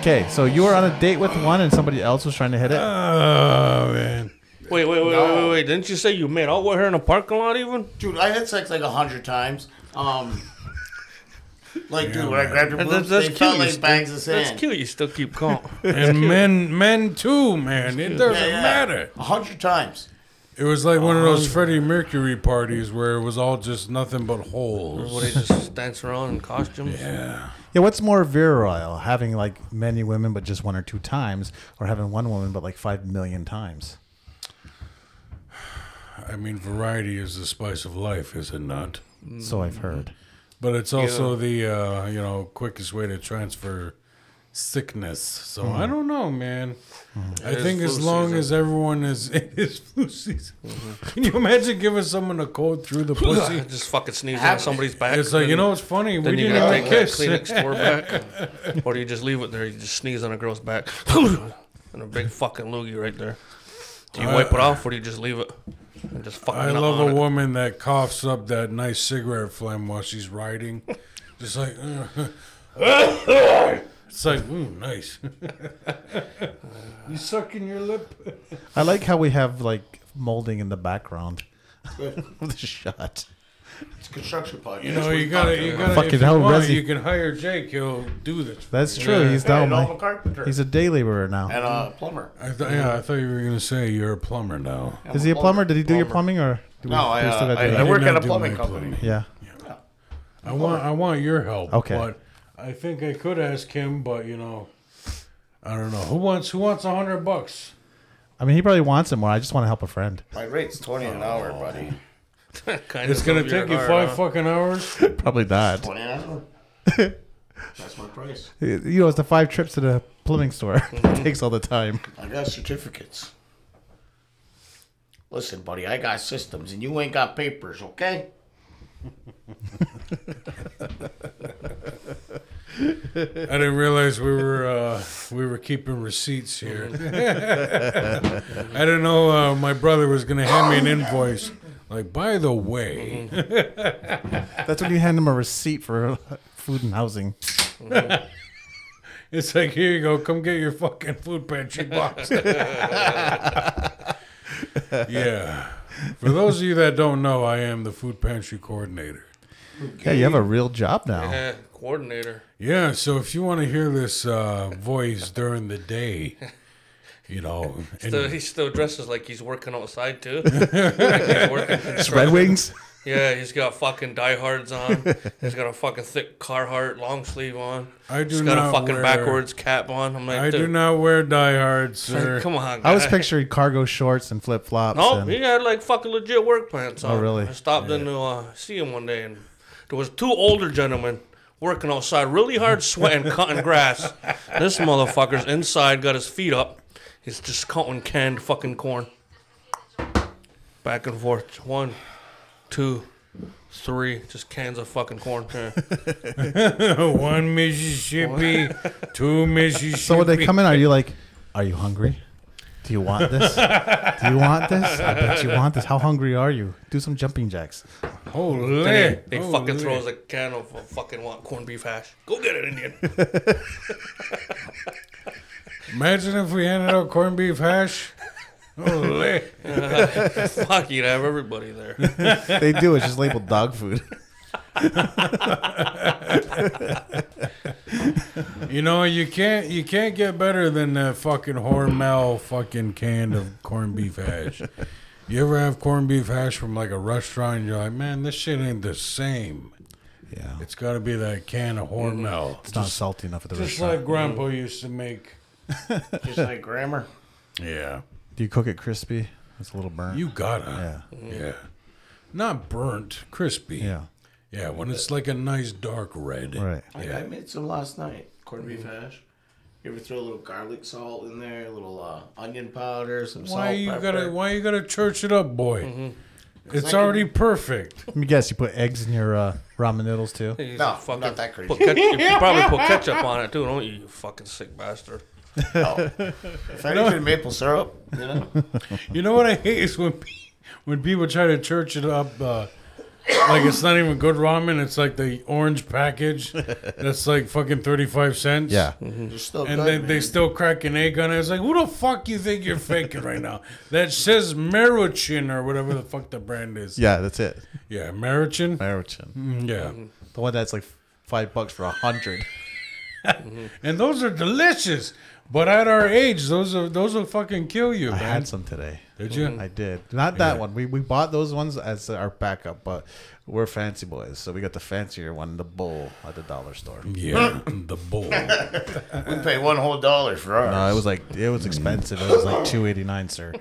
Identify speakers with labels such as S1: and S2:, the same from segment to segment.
S1: Okay, so you were on a date with one, and somebody else was trying to hit it.
S2: Oh man.
S3: Wait, wait, wait, wait,
S4: No.
S3: wait, wait. Didn't you say you made out with her in a parking lot even?
S4: Dude, I had sex like a hundred times. Um, like, dude, when I grabbed your
S3: That's-
S4: boobs,
S3: that's
S4: they felt
S3: cute.
S4: like bangs of sand.
S3: That's cute. You still keep calm.
S2: And men, men too, man. It doesn't
S4: Yeah, yeah.
S2: matter.
S4: A hundred times.
S2: It was like one of those
S3: Uh-huh.
S2: Freddie Mercury parties where it was all just nothing but
S3: what
S2: holes.
S3: he just dance around in costumes.
S2: Yeah.
S1: Yeah, what's more virile, having like many women but just one or two times, or having one woman but like five million times?
S2: I mean, variety is the spice of life, is it not?
S1: So I've heard.
S2: But it's also the uh, you know quickest way to transfer sickness. So I don't know, man. I
S3: Mm-hmm. is
S2: think as
S3: flu
S2: long
S3: season. Mm-hmm.
S2: as everyone is it is flu season. Can you imagine giving someone a cold through the pussy?
S3: just fucking sneezing on somebody's back.
S2: It's like you
S3: then-
S2: know, it's funny. We
S3: Then you
S2: didn't
S3: gotta
S2: even
S3: take that
S2: kiss.
S3: Kleenex store back, or do you just leave it there? You just sneeze on a girl's back, and a big fucking loogie right there. Do you wipe it off, or do you just leave it and just fucking?
S2: I
S3: nut
S2: love
S3: on
S2: a
S3: it?
S2: woman that coughs up that nice cigarette phlegm while she's riding. Just like, it's like, ooh, nice. you sucking your lip?
S1: I like how we have like molding in the background of the shot.
S4: It's a construction podcast.
S2: You know, you gotta, you gotta.
S1: Fucking
S2: if you,
S1: hell,
S2: want,
S1: Rezzy.
S2: you can hire Jake. He'll do this.
S1: That's true. He's down.
S4: and I'm a
S1: my,
S4: carpenter
S1: he's a day laborer now.
S4: and a plumber.
S2: I th- yeah, I thought you were gonna say you're a plumber now.
S4: I'm
S1: Is he a plumber? Did he do your plumbing or? Do
S4: No, I,
S1: do
S4: uh,
S1: still gotta
S4: I-
S1: do
S4: I
S1: that?
S4: work
S2: did
S4: at
S2: not
S4: a
S2: do
S4: plumbing
S2: my
S4: company.
S1: Yeah.
S2: I want, I want your help.
S1: Okay.
S2: But I think I could ask him, but you know, I don't know who wants, who wants a hundred bucks.
S1: I mean, he probably wants it more. I just want to help a friend.
S4: My rate's twenty an hour, buddy.
S3: Kind
S2: It's
S3: of
S2: gonna
S3: love your
S2: take you
S3: heart,
S2: five
S3: huh?
S2: fucking hours.
S1: Probably not.
S4: Twenty an hour. That's my price.
S1: You know, it's the five trips to the plumbing store. it takes all the time.
S4: I got certificates. Listen, buddy, I got systems, and you ain't got papers, okay?
S2: I didn't realize we were uh, we were keeping receipts here. I didn't know uh, my brother was gonna hand me an invoice. Like, by the way,
S1: That's when you hand him a receipt for food and housing.
S2: it's like here you go, come get your fucking food pantry box. yeah. For those of you that don't know, I am the food pantry coordinator.
S1: Yeah, you have a real job now.
S3: Yeah, Eh, coordinator.
S2: Yeah, so if you want to hear this uh, voice during the day, you know, and-
S3: So he still dresses like he's working outside too. Like he's working construction.
S1: Red Wings.
S3: Yeah, he's got fucking diehards on. He's got a fucking thick Carhartt long sleeve on.
S2: I do
S3: He's got
S2: not
S3: a fucking
S2: wear-
S3: backwards cap on. I'm like,
S2: I do
S3: dude,
S2: not wear diehards, sir.
S3: Come on, guy.
S1: I was picturing cargo shorts and flip flops.
S3: No,
S2: Oh,
S1: and
S3: he had like fucking legit work pants on.
S1: really?
S3: I stopped in to uh, see him one day, and there was two older gentlemen working outside, really hard, sweating, cutting grass. This motherfucker's inside, got his feet up. He's just counting canned fucking corn. Back and forth. One, two, three. Just cans of fucking corn. Yeah.
S2: One Mississippi, two Mississippi.
S1: So when they come in, are you like, are you hungry? Do you want this? Do you want this? I bet you want this. How hungry are you? Do some jumping jacks.
S2: holy,
S3: They, they
S2: holy.
S3: fucking throws a can of uh, fucking want corned beef hash. Go get it, Indian.
S2: Imagine if we handed out corned beef hash. Holy.
S3: Fuck, you'd have everybody there.
S1: They do. It's just labeled dog food.
S2: you know you can't you can't get better than that fucking Hormel fucking can of corned beef hash. You ever have corned beef hash from like a restaurant? and You're like, man, this shit ain't the same.
S1: Yeah,
S2: It's got to be that can of
S3: Mm-hmm.
S2: Hormel.
S1: it's not salty enough at the
S2: Just
S1: restaurant.
S2: like Grandpa used to make.
S4: Just like grammar.
S2: Yeah.
S1: do you cook it crispy? It's a little burnt.
S2: You gotta.
S1: yeah,
S2: Yeah. Not burnt, crispy.
S1: yeah,
S2: Yeah, when it's like a nice dark red.
S1: right.
S4: I, I made some last night. Corned beef hash. You ever throw a little garlic salt in there, a little uh, onion powder, some salt,
S2: Why you
S4: pepper.
S2: gotta Why you gotta church it up, boy? It's
S4: I
S2: already perfect.
S1: Let me guess. You put eggs in your uh, ramen noodles too.
S3: He's
S4: No,
S3: a fucking-
S4: not that crazy.
S3: Put ketchup, you probably put ketchup on it too, don't you, you fucking sick bastard?
S4: If anything, maple syrup. You know,
S2: You know what I hate is when pe- when people try to church it up. Uh, Like it's not even good ramen. It's like the orange package that's like fucking thirty five cents.
S1: Yeah.
S4: They're still
S2: And
S4: good,
S2: they,
S4: man.
S2: they still crack an egg on it. It's like, who the fuck you think you're faking right now? That says Maruchin or whatever the fuck the brand is.
S1: Yeah, that's it.
S2: Yeah, Maruchin.
S1: Marichin.
S2: Yeah.
S1: The one that's like five bucks for a hundred.
S2: And those are delicious. But at our age, those are those will fucking kill you,
S1: I
S2: man.
S1: had some today.
S2: Did you?
S1: I did. Not that one. We, we bought those ones as our backup, but we're fancy boys. So we got the fancier one, the bowl at the dollar store.
S2: Yeah, the bull.
S4: we pay one whole dollar for ours.
S1: No, Uh, it was like it was expensive. It was like two eighty nine, sir.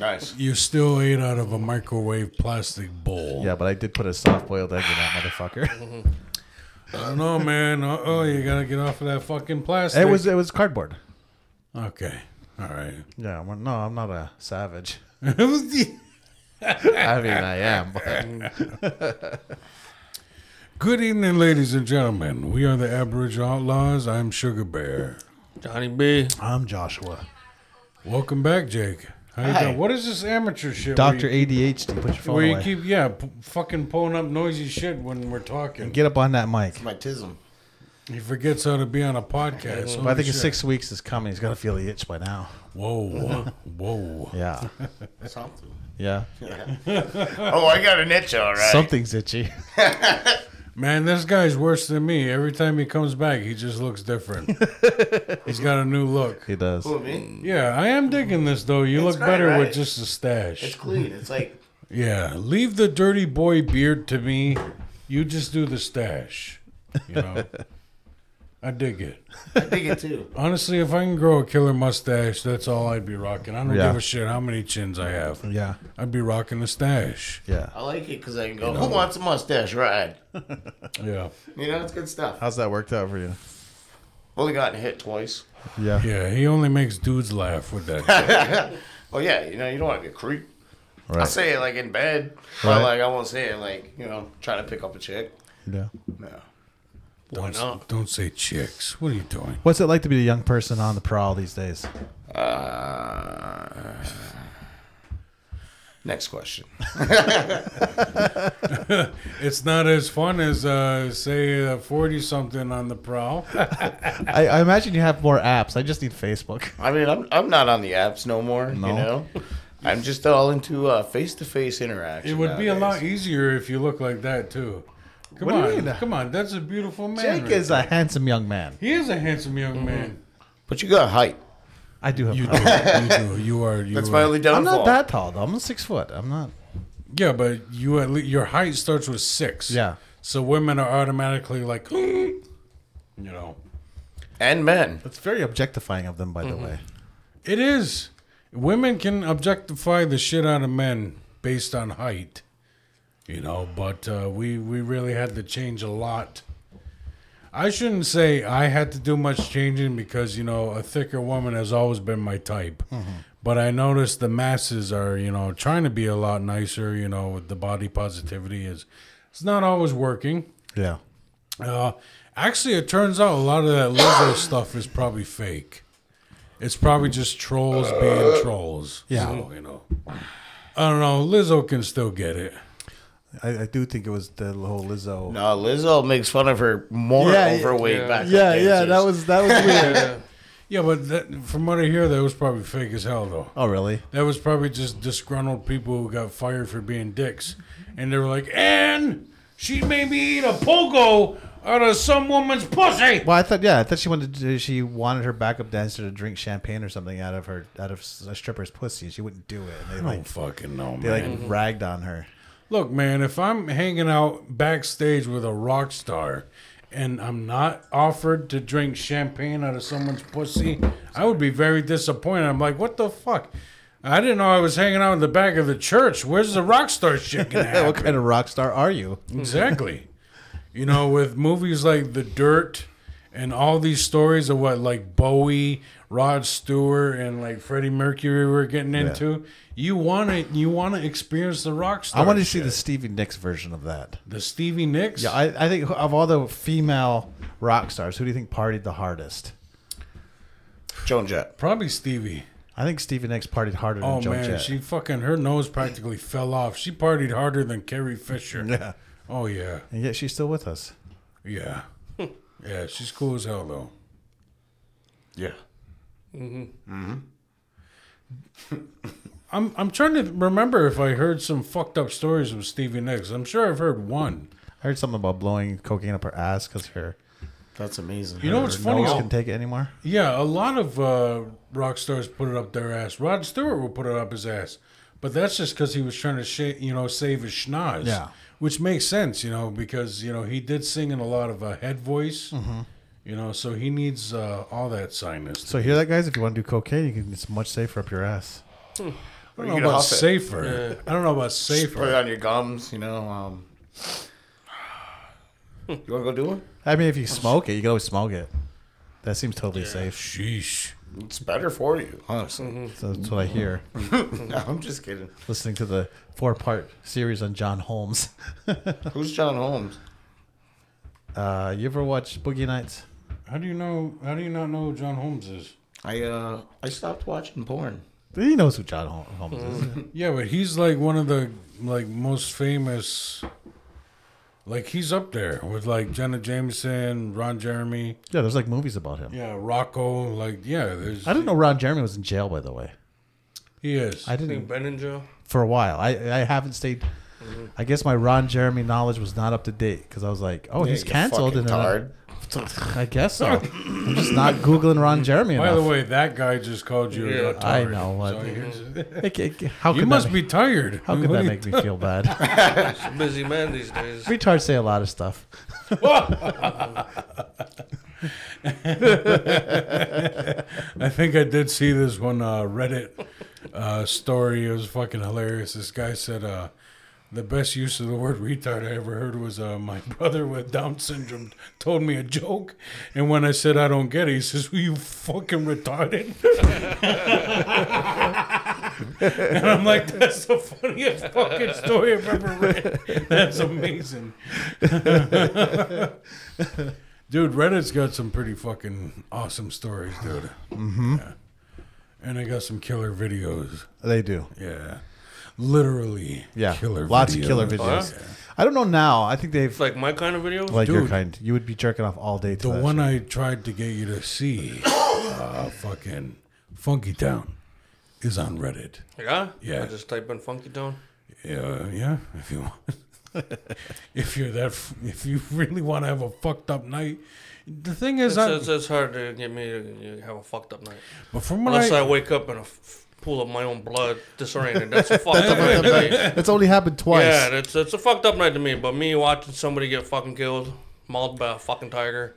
S4: nice.
S2: You still ate out of a microwave plastic bowl.
S1: Yeah, but I did put a soft boiled egg in that motherfucker.
S2: I don't know, man. Uh oh, you gotta get off of that fucking plastic.
S1: It was it was cardboard.
S2: okay. All right.
S1: Yeah, well, no, I'm not a savage. I mean, I am. But
S2: Good evening, ladies and gentlemen. We are the Aboriginal Outlaws. I'm Sugar Bear.
S3: Johnny B.
S1: I'm Joshua,
S2: Welcome back, Jake. How you
S4: Hi.
S2: doing? What is this amateur shit?
S1: Doctor
S2: where you,
S1: ADHD. Put your phone
S2: where you
S1: away.
S2: keep yeah, p- fucking pulling up noisy shit when we're talking.
S1: Get up on that mic.
S4: My tism.
S2: He forgets how to be on a podcast.
S1: But I think
S2: Holy
S1: in
S2: shit.
S1: six weeks is coming. He's gonna feel the itch by now.
S2: Whoa, whoa.
S1: Yeah,
S4: Something.
S1: yeah.
S4: Oh, I got an itch, all right.
S1: Something's itchy.
S2: Man, this guy's worse than me. Every time he comes back, he just looks different. He's got a new look.
S1: He does.
S4: Who, me?
S2: Yeah, I am digging this though. You look
S4: It's great,
S2: better with
S4: right?
S2: just a
S4: It's
S2: stash.
S4: clean. It's like
S2: Yeah, leave the dirty boy beard to me. You just do the stash. You know, I dig it.
S4: I dig it too.
S2: Honestly, if I can grow a killer mustache, that's all I'd be rocking. I don't
S1: Yeah.
S2: give a shit how many chins I have.
S1: Yeah,
S2: I'd be rocking a stash.
S1: yeah.
S4: I like it because I can go. Who wants a mustache ride?
S2: Yeah,
S4: You know, it's good stuff.
S1: How's that worked out for you?
S4: Only gotten hit twice.
S1: Yeah,
S2: yeah. He only makes dudes laugh with that.
S4: Well, yeah, you know, you don't want to be a creep. I
S1: right.
S4: say it like in bed,
S1: Right.
S4: but like I won't say it like you know, trying to pick up a chick.
S1: Yeah.
S4: No.
S3: Why not?
S2: don't say chicks. What are you doing?
S1: What's it like to be a young person on the prowl these days?
S4: Uh, next question.
S2: It's not as fun as uh, say forty something on the prowl.
S1: I, I imagine you have more apps. I just need Facebook.
S4: I mean, I'm I'm not on the apps no more.
S1: No.
S4: You know, I'm just all into uh, face-to-face interaction.
S2: It would be a lot
S4: nowadays.
S2: easier if you look like that too. Come
S1: What do you
S2: on,
S1: mean?
S2: come on. That's a beautiful man.
S1: Jake
S2: right
S1: is
S2: there.
S1: a handsome young man.
S2: he is a handsome young man.
S4: But you got height.
S1: I do have.
S2: You
S1: I'm
S2: do, you do. You are. You
S4: That's
S2: are.
S4: my only downfall.
S1: not that tall though. I'm six foot. I'm not.
S2: Yeah, but you at least, your height starts with six.
S1: Yeah.
S2: So women are automatically like, you know,
S4: And men.
S1: It's very objectifying of them, by the way.
S2: it is. Women can objectify the shit out of men based on height. You know, but uh, we we really had to change a lot. I shouldn't say I had to do much changing because you know a thicker woman has always been my type. But I noticed the masses are you know trying to be a lot nicer. You know, with the body positivity is it's not always working.
S1: Yeah.
S2: Uh, actually, it turns out a lot of that Lizzo stuff is probably fake. It's probably just trolls being trolls.
S1: Uh. Yeah.
S2: So, you know. I don't know. Lizzo can still get it.
S1: I, I do think it was the whole Lizzo.
S4: No, Lizzo makes fun of her more
S1: Yeah,
S4: overweight
S3: yeah.
S4: back.
S1: Yeah, yeah, that was that was weird.
S3: Yeah.
S2: Yeah, but that, from what I hear, that was probably fake as hell, though.
S1: oh, really?
S2: That was probably just disgruntled people who got fired for being dicks. And they were like, and she made me eat a pogo out of some woman's pussy.
S1: Well, I thought yeah, I thought she wanted to, she wanted her backup dancer to drink champagne or something out of her out of a stripper's pussy. She wouldn't do it. And they
S2: I
S1: like
S2: don't fucking know,
S1: they
S2: man.
S1: like ragged on her.
S2: Look, man, if I'm hanging out backstage with a rock star and I'm not offered to drink champagne out of someone's pussy, I would be very disappointed. I'm like, what the fuck? I didn't know I was hanging out in the back of the church. Where's the rock star shit gonna
S1: What
S2: happen?
S1: kind of rock star are you?
S2: Exactly. You know, with movies like The Dirt and all these stories of what like Bowie, Rod Stewart, and like Freddie Mercury were getting into, you want to you want to experience the rock star.
S1: I want to see
S2: shit.
S1: the Stevie Nicks version of that.
S2: The Stevie Nicks?
S1: Yeah, I, I think of all the female rock stars, who do you think partied the hardest?
S4: Joan Jett.
S2: Probably Stevie.
S1: I think Stephen X partied harder than
S2: Oh
S1: Joe
S2: man,
S1: Jet.
S2: she fucking her nose practically fell off. She partied harder than Carrie Fisher.
S1: yeah.
S2: Oh yeah,
S1: And yet she's still with us.
S2: yeah, yeah. She's cool as hell though. Yeah. Mm-hmm.
S1: Mm-hmm.
S2: Mm-hmm. I'm I'm trying to remember if I heard some fucked up stories of Stevie Nicks. I'm sure I've heard one.
S1: I heard something about blowing cocaine up her ass because her
S4: That's amazing.
S2: You know what's funny?
S1: nose can take it anymore.
S2: Yeah, a lot of uh, rock stars put it up their ass. Rod Stewart will put it up his ass, but that's just because he was trying to, sh- you know, save his schnoz.
S1: Yeah.
S2: which makes sense, you know, because you know he did sing in a lot of uh, head voice. You know, so he needs uh, all that sinus.
S1: So hear that, guys? If you want to do cocaine, you can, it's much safer up your ass.
S2: I
S4: you
S2: don't
S4: can
S2: know about
S4: huff it.
S2: safer. I don't know about
S4: Put it
S2: safer.
S4: on your gums, you know. Um, you want to go do one?
S1: I mean, if you smoke it, you can always smoke it. That seems totally safe.
S2: Sheesh.
S4: It's better for you, honestly.
S1: So that's what I hear.
S4: No, I'm just kidding.
S1: Listening to the four-part series on John Holmes.
S4: Who's John Holmes?
S1: Uh, you ever watch Boogie Nights?
S2: How do you know? How do you not know who John Holmes is?
S4: I uh, I stopped watching porn.
S1: He knows who John Hol- Holmes is.
S2: Yeah, but he's like one of the like most famous. Like he's up there with like Jenna Jameson, Ron Jeremy.
S1: yeah, there's like movies about him.
S2: Yeah, Rocco. Like, yeah, there's.
S1: I didn't know Ron Jeremy was in jail, by the way.
S2: He is.
S1: I
S3: Think
S1: didn't
S3: Ben in jail?
S1: for a while. I, I haven't stayed. I guess my Ron Jeremy knowledge was not up to date because I was like, oh, he's
S4: you
S1: canceled.
S4: fucking
S1: And then I,
S4: tard.
S1: I guess so. I'm just not googling Ron Jeremy
S2: By
S1: enough.
S2: the way, that guy just called you.
S3: Yeah.
S2: a
S1: I
S2: retard.
S1: know what.
S2: So here's-
S1: It- it- how
S2: you
S1: could
S2: must
S1: that,
S2: be tired.
S1: How could that make me feel bad?
S3: He's a busy man these days.
S1: Retards say a lot of stuff.
S2: I think I did see this one uh, Reddit uh, story. It was fucking hilarious. This guy said uh, the best use of the word retard I ever heard was uh, my brother with Down syndrome told me a joke, and when I said I don't get it, he says, "Were you fucking retarded?" and I'm like, "That's the funniest fucking story I've ever read. That's amazing." Dude, Reddit's got some pretty fucking awesome stories, dude. Mm-hmm. And I got some killer videos.
S1: They do.
S2: Yeah. Literally.
S1: Yeah.
S2: Killer
S1: Lots
S2: videos.
S1: of killer videos. I don't know now. I think they've
S3: It's Oh, like my kind of videos.
S1: like your
S2: dude.
S1: kind. You would be jerking off all day to
S2: The
S1: that
S2: one
S1: shit.
S2: I tried to get you to see, uh, fucking Funky Town, is on Reddit.
S3: yeah?
S2: Yeah.
S3: I just type in Funky Town.
S2: Yeah, yeah. If you want, if you're that, f- if you really want to have a fucked up night, the thing is,
S3: It's,
S2: I,
S3: it's, it's hard to get me to have a fucked up night.
S2: but from what
S3: Unless
S2: I,
S3: I wake up in a f- pool of my own blood, disoriented. That's a fucked up
S1: That's
S3: night
S1: only-
S3: to me.
S1: that's only happened twice.
S3: Yeah, that's, that's a fucked up night to me. But me watching somebody get fucking killed, mauled by a fucking tiger,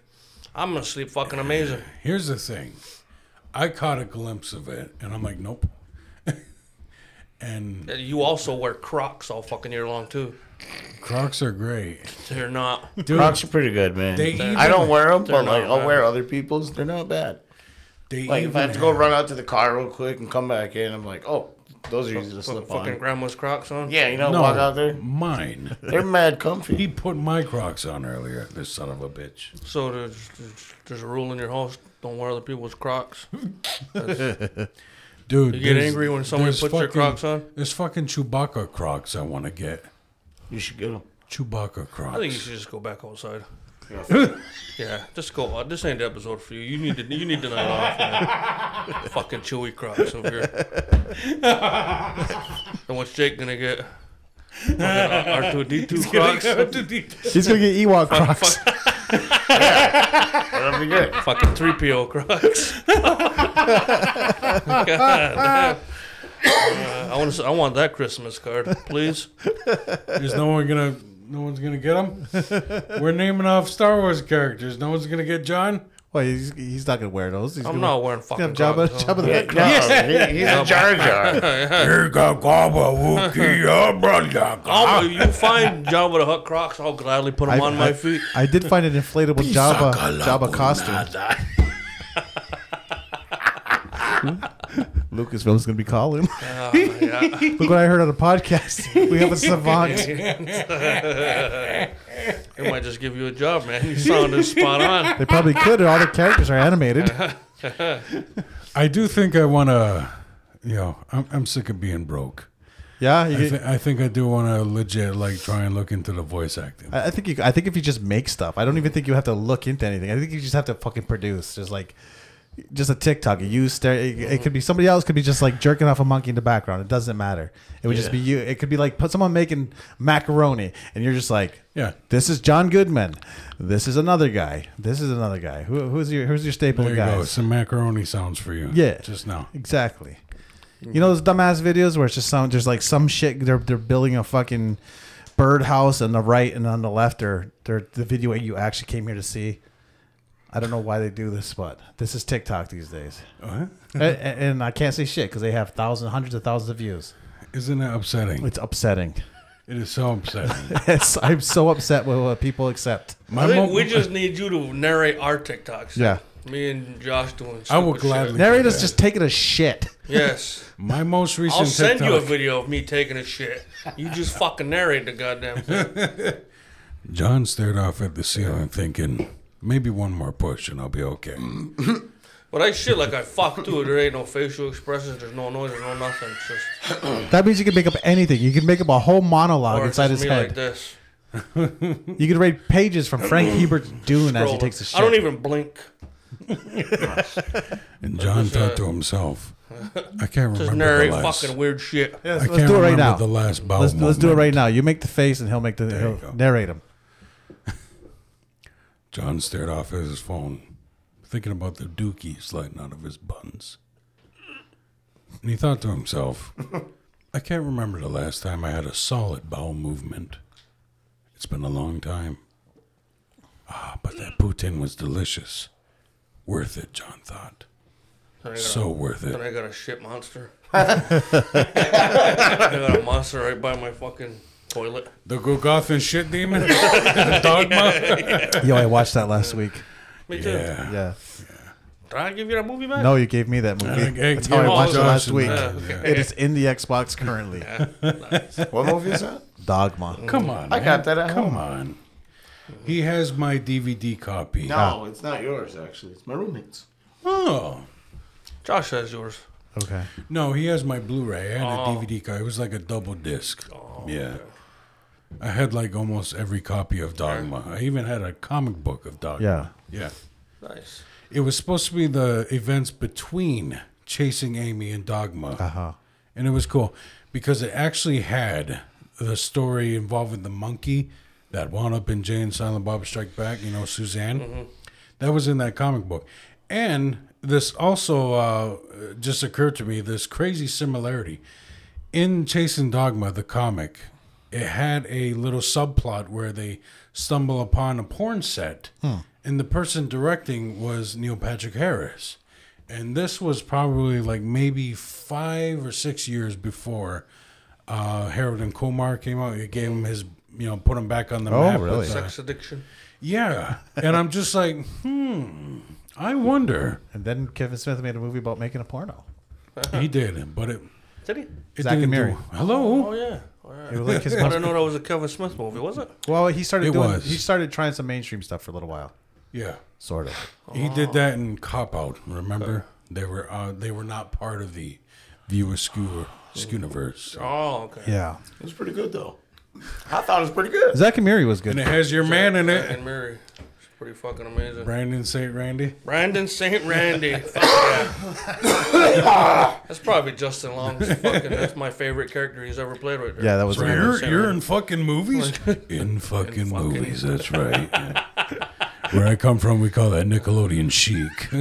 S3: I'm gonna sleep fucking amazing.
S2: Here's the thing. I caught a glimpse of it and I'm like, nope. and
S3: You also wear Crocs all fucking year long too.
S2: Crocs are great.
S3: They're not.
S2: Dude,
S4: Crocs are pretty good, man.
S2: They even-
S4: I don't wear them, but
S3: not
S4: like I'll
S3: bad.
S4: wear other people's. They're not bad.
S2: they
S4: Like if I
S2: even
S4: have to go run out to the car real quick and come back in, I'm like, oh, those are easy to
S3: Put
S4: slip
S3: fucking
S4: on.
S3: grandma's Crocs on.
S4: Yeah, you know,
S2: no,
S4: walk out there.
S2: Mine.
S4: They're mad
S2: He
S4: comfy.
S2: put my Crocs on earlier, this son of a bitch.
S3: So there's, there's, there's a rule in your house: don't wear other people's Crocs.
S2: Dude,
S3: You get
S2: there's-
S3: angry when someone
S2: there's
S3: puts your
S2: fucking-
S3: Crocs on.
S2: There's fucking Chewbacca Crocs I want to get.
S4: You should get them.
S2: Chewbacca Crocs.
S3: I think you should just go back outside. yeah, just go. out. This ain't the episode for you. You need to. You need the night off. man. Fucking chewy crocs over here. and what's Jake gonna get? R two D two crocs.
S1: He's gonna get Ewok Crocs.
S3: Fuck,
S4: That'll be good.
S3: fucking three PO crocs. God damn. Uh, I want. to. I want that Christmas card, please.
S2: Is no one gonna? No one's gonna get them. We're naming off Star Wars characters. No one's gonna get John.
S1: Well, he's, he's not gonna wear those. He's
S3: I'm
S1: gonna,
S3: not wearing
S1: he's gonna
S3: fucking
S1: have Jabba,
S3: crocs.
S1: Jabba the
S4: Yeah,
S1: Hutt
S4: no,
S1: Crocs.
S4: he- he's a Jar Jar.
S3: I'll, you find Jabba the Hutt Crocs, I'll gladly put them
S1: I-
S3: on
S1: I-
S3: my feet.
S1: I did find an inflatable Jabba Jabba costume. Lucasfilm's gonna be calling.
S3: Uh, yeah.
S1: Look what I heard on a podcast. We have a savant.
S3: They might just give you a job, man. You sounded spot on.
S1: They probably could. All the characters are animated.
S2: I do think I want to yo, I'm, I'm sick of being broke.
S1: Yeah, you
S2: I,
S1: get-
S2: th- I think I do want to legit like try and look into the voice acting.
S1: I I think you. I think if you just make stuff, I don't even think you have to look into anything. I think you just have to fucking produce. Just like, just a TikTok. You stare. It, it could be somebody else. Could be just like jerking off a monkey in the background. It doesn't matter. It would just be you. It could be like put someone making macaroni, and you're just like,
S2: Yeah.
S1: This is John Goodman. This is another guy. This is another guy. Who, who's your Who's your staple
S2: there you go.
S1: guys?
S2: Some macaroni sounds for you.
S1: Yeah.
S2: Just now.
S1: Exactly. You know those dumbass videos where it's just some there's like some shit they're they're building a fucking birdhouse on the right and on the left or they're the video you actually came here to see. I don't know why they do this, but this is TikTok these days,
S2: What?
S1: and, and I can't say shit because they have thousands, hundreds of thousands of views.
S2: Isn't that upsetting?
S1: It's upsetting.
S2: It is so upsetting.
S1: It's, I'm so upset with what people accept.
S2: My
S3: I think
S2: mom-
S3: we just need you to narrate our TikToks.
S1: Yeah.
S3: Me and Josh doing.
S2: I will
S3: stupid
S2: gladly-
S1: Narrator's just taking a shit.
S3: shit. Yes.
S2: my most recent
S3: I'll send
S2: TikTok.
S3: you a video of me taking a shit. You just fucking narrate the goddamn thing.
S2: John stared off at the ceiling, thinking maybe one more push and I'll be okay.
S3: But I shit like I fuck too. There ain't no facial expressions. There's no noise. There's no nothing. It's just
S1: That means you can make up anything. You can make up a whole monologue
S3: or it's
S1: inside
S3: just
S1: his
S3: me
S1: head.
S3: like this.
S1: you could read pages from Frank Herbert's Dune as he
S3: Scrolling.
S1: takes a shit.
S3: I don't even blink.
S2: And John
S3: just,
S2: thought
S3: uh,
S2: to himself, "I can't
S3: Just
S2: remember the
S3: narrate
S2: last.
S3: fucking weird shit.
S1: Yeah,
S2: I
S1: let's,
S2: can't
S1: let's do it right
S2: remember
S1: now.
S2: The last bowel
S1: Let's, let's do it
S2: movement.
S1: right now. You make the face, and he'll make the
S2: you
S1: he'll
S2: go.
S1: narrate him.
S2: John stared off at his phone, thinking about the dookie sliding out of his buns. And he thought to himself, I can't remember the last time I had a solid bowel movement. It's been a long time. Ah, but that poutine was delicious. Worth it, John thought.
S3: Then I got a-
S2: So worth
S3: Then
S2: it.
S3: I got a shit monster. I got a monster right by my fucking toilet.
S2: The Golgothan shit demon? Dogma?
S1: Yo, I watched that last week.
S3: Me too.
S2: Yeah.
S1: Yeah.
S3: Did I give you that movie back?
S1: No, you gave me that movie.
S2: Okay,
S1: That's how I
S2: yeah,
S1: watched it last
S2: Johnson,
S1: week.
S2: yeah, yeah.
S1: It is in the Xbox currently.
S4: What movie is that?
S1: Dogma.
S2: Come on.
S4: I
S2: man.
S4: got that at
S2: Come
S4: home.
S2: on. He has my DVD copy.
S4: No, it's not yours actually. It's my roommate's.
S2: Oh.
S3: Josh has yours.
S1: Okay.
S2: No, he has my Blu-ray and a DVD copy. It was like a double disc. yeah. I had like almost every copy of Dogma. I even had a comic book of Dogma.
S1: Yeah.
S2: Yeah.
S3: Nice.
S2: It was supposed to be the events between Chasing Amy and Dogma. Uh-huh. And it was cool because it actually had the story involving the monkey that wound up in Jay and Silent Bob Strike Back, you know, Suzanne. That was in that comic book. And this also uh, just occurred to me this crazy similarity. In Chasing Dogma, the comic, it had a little subplot where they stumble upon a porn set,
S1: Hmm.
S2: and the person directing was Neil Patrick Harris. And this was probably like maybe five or six years before uh, Harold and Kumar came out. It gave him his, you know, put him back on the
S1: Oh,
S2: map. with
S1: really?
S2: the-
S3: Sex addiction.
S2: yeah. And I'm just like, hmm, I wonder.
S1: And then Kevin Smith made a movie about making a porno.
S2: He did, but it,
S3: Did he?
S2: it
S1: Zack and
S2: didn't
S1: Mary.
S2: do. Hello?
S3: Oh yeah. All right.
S1: It was like his
S3: I didn't know that was a Kevin Smith movie, was it?
S1: well, he started
S2: It
S1: doing.
S2: was.
S1: He started trying some mainstream stuff for a little while,
S2: Yeah.
S1: sort of.
S2: He did that in Cop Out, remember? They were uh, they were not part of the viewer skewer skewniverse.
S3: Oh, okay.
S1: Yeah.
S4: It was pretty good though. I thought it was pretty good.
S1: Zach and Miri was
S2: And
S1: good.
S2: it has your man in it.
S3: And Mary. It's pretty fucking amazing.
S2: Brandon St. Randy.
S3: Brandon St. Randy. Fuck yeah. that's probably Justin Long's fucking. That's my favorite character he's ever played right there.
S1: Yeah, that was.
S2: So
S1: good.
S2: you're
S3: St.
S2: you're
S3: Randy.
S2: in fucking movies? In fucking movies, that's right. Where I come from, we call that Nickelodeon chic.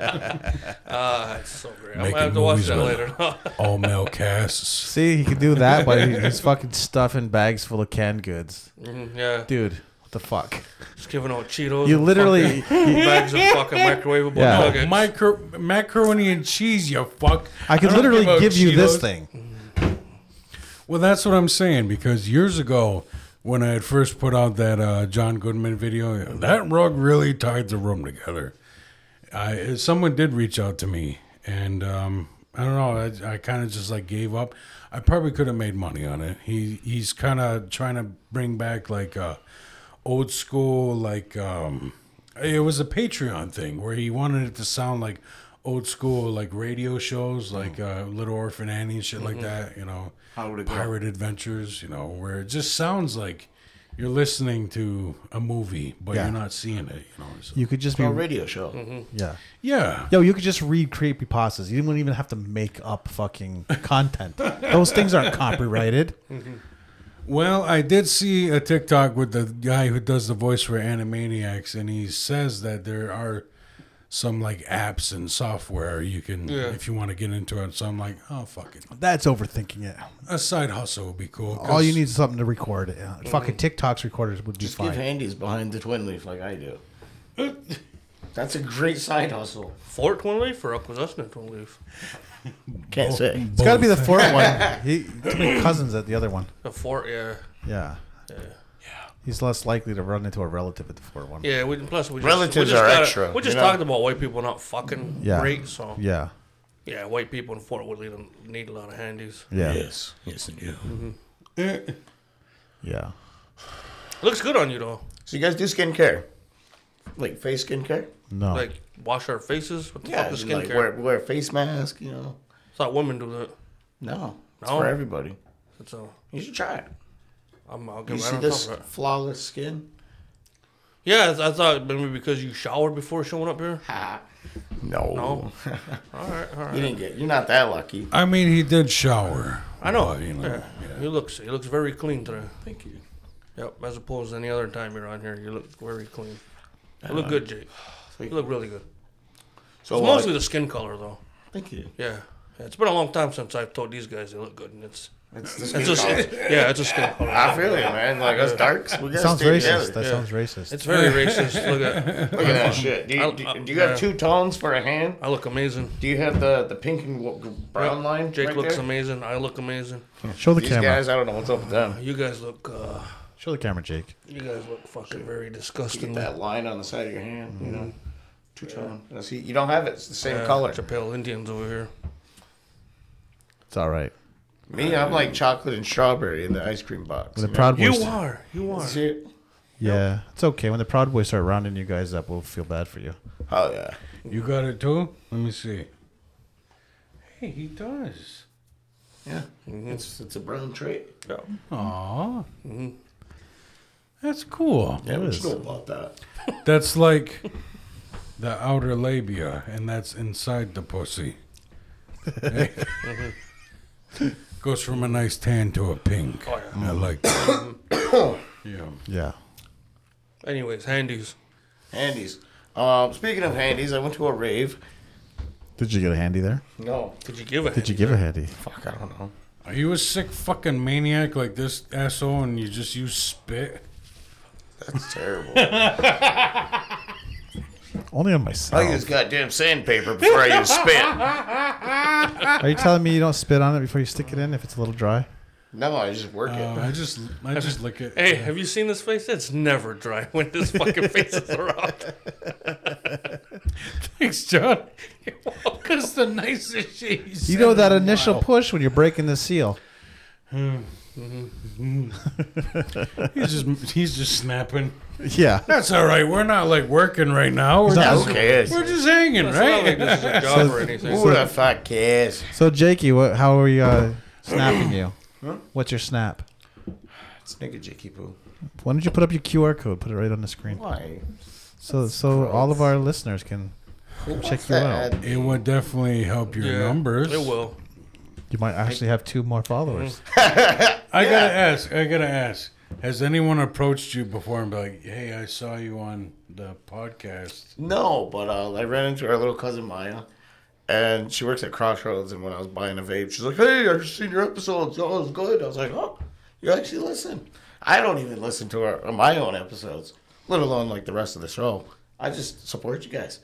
S3: Ah, it's so great. I
S2: Making
S3: might have to watch
S2: movies
S3: that
S2: with-
S3: later.
S2: All male casts.
S1: See, he could do that, but he- he's fucking stuffing bags full of canned goods,
S3: Mhm, yeah.
S1: dude. What the fuck?
S3: Just giving out Cheetos.
S1: You
S3: and
S1: literally.
S3: fucking bags of fucking microwavable
S1: Yeah. No,
S4: Oh,
S3: nuggets.
S2: Micro- macaroni and cheese, you fuck.
S1: I could
S2: don't
S1: literally
S2: out
S1: give you this
S2: Cheetos.
S1: thing.
S2: Well, that's what I'm saying because years ago, when I had first put out that uh, John Goodman video, that rug really tied the room together. I someone did reach out to me, and um, I don't know. I, I kind of just like gave up. I probably could have made money on it. He he's kind of trying to bring back like uh, old school like um, it was a Patreon thing where he wanted it to sound like old school like radio shows, like uh, Little Orphan Annie and shit like that. You know,
S4: Mm. Mm-hmm. How would it go?
S2: Pirate Adventures. You know, where it just sounds like you're listening to a movie, but
S1: Yeah.
S2: you're not seeing it. You know, so,
S1: You could just be
S4: A radio show.
S1: yeah.
S2: yeah.
S1: Yo, you could just read creepy pastas. You wouldn't even have to make up fucking content. Those things aren't copyrighted.
S2: Well, I did see a TikTok with the guy who does the voice for Animaniacs, and he says that there are some like apps and software you can
S3: Yeah.
S2: if you want to get into it. So I'm like, oh fuck it,
S1: That's overthinking it.
S2: a side hustle would be cool. 'cause-
S1: All you need is something to record it. Yeah. Uh, Fucking TikToks recorders would be
S4: Just
S1: fine.
S4: give handies behind the twin leaf like I do. That's a great side hustle.
S3: For twin leaf or acquisition twin leaf?
S4: Can't say.
S1: it's got to be the fourth one. He, too many cousins at the other one.
S3: The fort, yeah,
S1: Yeah. Yeah. He's less likely to run into a relative at the fourth one.
S3: yeah. We, plus, we just,
S4: Relatives
S3: we just
S4: are
S3: gotta-
S4: extra,
S3: We just
S4: you know?
S3: talked about white people not fucking
S1: Yeah.
S3: great, so yeah.
S1: Yeah.
S3: white people in Fort Woodley don't need a lot of handies.
S1: Yeah. Yeah.
S4: Yes. Yes, and you. Eh,
S3: Looks good on you though.
S4: So you guys do skincare? Like face skincare?
S1: No.
S3: Like wash our faces. What the fuck is
S4: you like
S3: skincare?
S4: wear, wear a face mask, you know?
S3: I thought women do that.
S4: No. It's
S3: No?
S4: for everybody.
S3: So
S4: You should try it.
S3: I'm, I'll
S4: You
S3: get
S4: see
S3: right on
S4: this
S3: top of it.
S4: flawless skin?
S3: Yeah, I I thought maybe because you showered before showing up here.
S4: Ha. No.
S3: No. All right, all
S4: You
S3: right.
S4: didn't get you're not that lucky.
S2: I mean, he did shower.
S3: I know.
S2: but, you know,
S3: yeah. He looks he looks very clean today.
S4: Thank you.
S3: Yep, as opposed to any other time you're on here, you look very clean. You look good, Jake. You look really good.
S4: So
S3: It's
S4: uh,
S3: mostly the skin color though.
S4: thank you.
S3: Yeah. Yeah, it's been a long time since I've told these guys they look good, and it's
S4: It's the
S3: it's
S4: skin
S3: just
S4: color.
S3: yeah, it's a skin color.
S4: I feel you, man. Like us darks, we gotta
S1: sounds
S4: stay
S1: racist.
S4: together.
S1: That
S3: Yeah.
S1: sounds racist.
S3: It's very racist. Look at
S4: Look at that shit. Do you,
S3: I-
S4: do,
S3: I-
S4: do you have
S3: Uh, yeah.
S4: two tones for a hand?
S3: I look amazing.
S4: Do you have the the pink and w- brown
S3: Yep.
S4: line?
S3: Jake
S4: right
S3: looks
S4: there?
S3: amazing. I look amazing.
S1: Show the
S4: These
S1: camera.
S4: guys, I don't know what's up with them.
S3: You guys look uh,
S1: Show the camera, Jake.
S3: you guys look fucking very
S4: Get
S3: disgusting.
S4: that line on the side of your hand, you know, two tone. That's- You you don't have it. It's the same color.
S3: bunch of pale Indians over here.
S1: It's all right.
S4: Me, I'm like chocolate and strawberry in the ice cream box.
S1: When the
S4: you know?
S1: Proud
S3: You
S1: Boys.
S3: are. You are.
S4: See it?
S1: yeah. It's okay. When the Proud Boys start rounding you guys up, we'll feel bad for you.
S4: Oh yeah.
S2: You got it too? Let me see. Hey, he does.
S4: Yeah, it's it's a brown trait.
S3: Mm-hmm.
S2: Aw. That's cool.
S4: Yeah,
S1: It
S4: what
S1: is.
S4: you know about that?
S2: That's like the outer labia, and that's inside the pussy. Hey. Goes from a nice tan to a pink.
S3: Oh, yeah.
S2: I like that. yeah.
S1: Yeah.
S3: Anyways, handies.
S4: Handies. Um, speaking of handies, I went to a rave.
S1: Did you get a handy there?
S4: No,
S3: Did you give a
S1: Did you give a handy?
S4: fuck, I don't know.
S2: Are you a sick fucking maniac like this asshole and you just use spit?
S4: That's terrible. I
S1: Only on
S4: use
S1: myself.
S4: goddamn sandpaper before I use spit.
S1: Are you telling me you don't spit on it before you stick it in if it's a little dry?
S4: No, I just work
S2: Uh,
S4: it.
S2: I just I just lick it.
S3: Hey, have you seen this face? It's never dry when this fucking face is around.
S2: Thanks, John. That's the nicest shit
S1: You know that initial push when you're breaking the seal.
S2: He's just he's just snapping.
S1: Yeah.
S2: That's all right. We're not like working right now. We're
S1: not-
S2: just,
S4: Okay.
S2: we're just hanging,
S3: It's not
S2: right?
S3: like this is a job or anything.
S4: Who the fuck cares?
S1: So Jakey, what? How are you uh, snapping you? What's your snap?
S4: It's nigga Jakey Poo.
S1: Why don't you put up your QR code? Put it right on the screen,
S4: Why?
S1: so so all of our listeners can.
S4: Check
S1: you out.
S2: It would definitely help your
S3: Yeah,
S2: numbers.
S3: It will.
S1: You might actually have two more followers.
S2: I gotta ask. I gotta ask. Has anyone approached you before and be like, "Hey, I saw you on the podcast."
S4: No, but uh, I ran into our little cousin Maya, and she works at Crossroads. And when I was buying a vape, she's like, "Hey, I just seen your episodes. That was good." I was like, "Oh, you actually listen?" I don't even listen to our, my own episodes, let alone like the rest of the show. I just support you guys.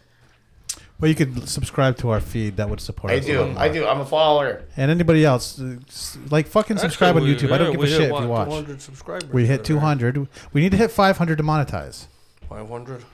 S1: Well, you could subscribe to our feed. That would support
S4: I
S1: us. a
S4: do.
S1: lot more.
S4: I do. I'm a follower.
S1: And anybody else, uh, s- like fucking subscribe
S3: Actually,
S1: on
S3: we-
S1: YouTube. I
S3: yeah,
S1: don't give a
S3: we hit,
S1: shit if
S3: what,
S1: you watch.
S3: 200 subscribers.
S1: We hit 200. We need to hit 500 to monetize.
S3: 500.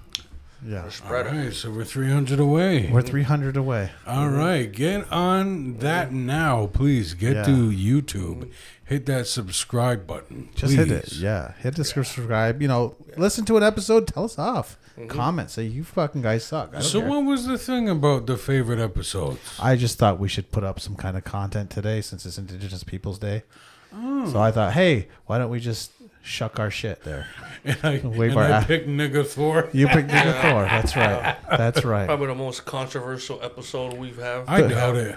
S1: Yeah.
S2: All
S3: Spread it.
S2: right, so we're 300 away.
S1: We're 300 away.
S2: All right, get on that now, please. Get
S1: Yeah.
S2: to YouTube. Hit that subscribe button.
S1: Just hit it.
S2: please.
S1: Yeah. Hit the subscribe. You know, listen to an episode. Tell us off. Comment. Say, you fucking guys suck. I, don't
S2: So
S1: care.
S2: what was the thing about the favorite episodes?
S1: I just thought we should put up some kind of content today since it's Indigenous Peoples Day. So I thought, hey, why don't we just shuck our shit there?
S2: And I,
S1: Wave
S2: and
S1: our
S2: I
S1: ass.
S2: picked nigga Thor.
S1: You picked number four. That's right. That's right.
S3: Probably the most controversial episode we've have.
S2: I doubt it.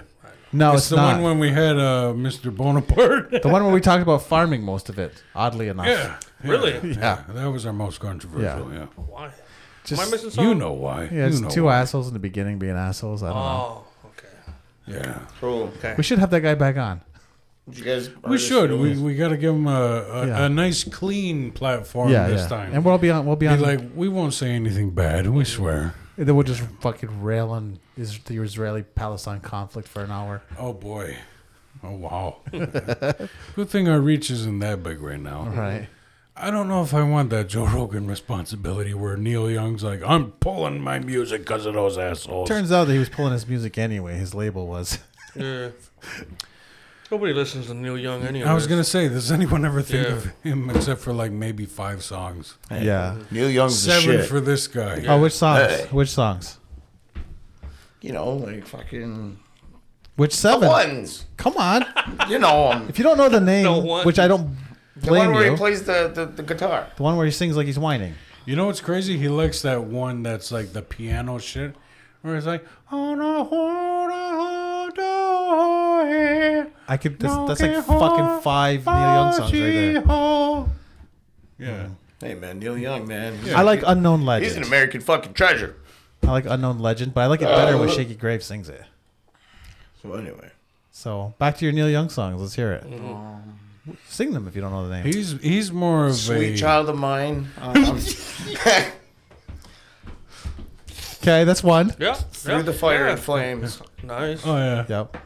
S1: No,
S2: It's
S1: Oh, it's
S2: the
S1: not.
S2: one when we had uh, Mr. Bonaparte.
S1: The one where we talked about farming most of it, oddly enough.
S2: yeah.
S3: Really?
S2: Yeah. That was our most controversial. Yeah.
S3: Why?
S1: Just-
S3: Am I missing something?
S2: You know why.
S1: Yeah, it's
S2: you know
S1: two
S2: why.
S1: assholes in the beginning being assholes. I don't know.
S3: Oh, okay.
S2: Yeah.
S4: Cool.
S2: Oh.
S1: We should have that guy back on.
S4: Did you guys
S2: We should. We, we got to give him a, a,
S1: Yeah.
S2: a nice, clean platform
S1: Yeah,
S2: this
S1: yeah.
S2: time.
S1: And we'll be on. We'll be
S2: Be
S1: on.
S2: like, we won't say anything bad. We swear.
S1: and then we'll just fucking rail on is the Israeli-Palestine conflict for an hour.
S2: Oh boy. Oh wow. Good thing our reach isn't that big right now.
S1: Right.
S2: I don't know if I want that Joe Rogan responsibility where Neil Young's like, I'm pulling my music because of those assholes.
S1: Turns out that he was pulling his music anyway. His label was.
S3: Yeah. Nobody listens to Neil Young anyway.
S2: I was gonna say, does anyone ever think
S3: Yeah.
S2: of him except for like maybe five songs?
S1: Yeah.
S4: Neil Young's the
S2: Seven
S4: shit.
S2: for this guy.
S1: Oh, which songs?
S4: Hey.
S1: Which songs?
S4: you know, like fucking
S1: Which seven?
S4: ones.
S1: Come on.
S4: You know him.
S1: If you don't know the name,
S3: one.
S1: which I don't
S4: The one
S1: blame
S4: where
S1: you,
S4: he plays the, the, the guitar.
S1: the one where he sings like he's whining.
S2: You know what's crazy? He likes that one that's like the piano shit, where it's like, "On a horn, a horn, a horn."
S1: I could. That's, that's like fucking five Neil Young songs right there.
S2: Yeah.
S4: Hey man, Neil Young, man.
S1: I like Unknown
S4: He's an
S1: Legend.
S4: American fucking treasure.
S1: I like Unknown Legend, but I like it better when Shaky Graves sings it.
S4: So anyway.
S1: So back to your Neil Young songs. Let's hear it. Sing them if you don't know the name.
S2: He's he's more of
S4: Sweet
S2: a
S4: child of mine. Um,
S1: Okay, that's one.
S3: Yeah.
S4: through
S3: yeah,
S4: the fire
S3: yeah.
S4: and flames.
S3: Nice.
S2: Oh yeah.
S1: Yep.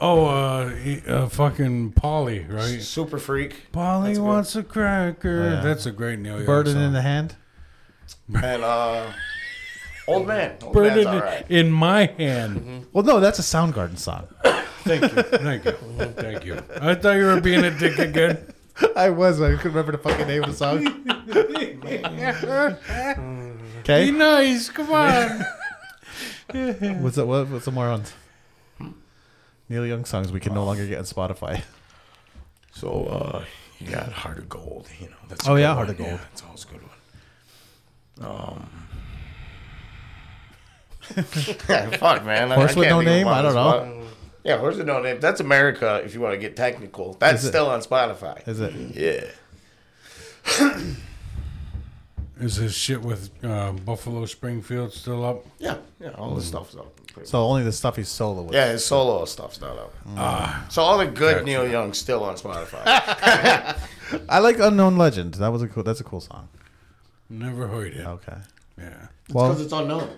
S2: Oh, uh, he, uh, fucking Polly, right?
S4: Super freak.
S2: Polly
S4: That's good.
S2: wants a cracker.
S1: yeah.
S2: That's a great Neil Young
S1: Burden
S2: song.
S1: in the hand.
S4: And uh Old man. Old
S2: Burden
S4: man's all right. Mm-hmm.
S2: in my hand.
S1: Well, no, that's a Soundgarden song.
S2: Thank you, thank you,
S4: Mm-hmm.
S2: thank you. I thought you were being a dick again.
S1: I was, but I couldn't remember the fucking name of the song.
S2: Be
S1: Okay.
S2: nice, come on.
S1: What's that? What, what's some more ones? Neil Young songs we can no longer get on Spotify.
S4: So uh you got Heart of Gold, you know. That's a
S1: Oh,
S4: good
S1: yeah,
S4: one.
S1: Heart of Gold.
S4: that's always a good one. Um Fuck man. I- I
S1: Horse with no
S4: can't think of
S1: name?
S4: one
S1: I don't
S4: on the
S1: know.
S4: spot. Yeah, horse with no name. That's America if you want to get technical. That's
S1: Is it-
S4: still on Spotify.
S1: Is it?
S4: Yeah.
S2: Is his shit with uh, Buffalo Springfield still up?
S4: Yeah, yeah, all the stuff's up.
S1: So only the stuff he's solo with.
S4: Yeah, his solo stuff's not up.
S2: Ah.
S4: so all the good Neil Young's still on Spotify.
S1: I like Unknown Legend. That was a cool. That's a cool song.
S2: Never heard it.
S1: Okay.
S2: Yeah.
S4: Because
S1: Well,
S4: it's unknown.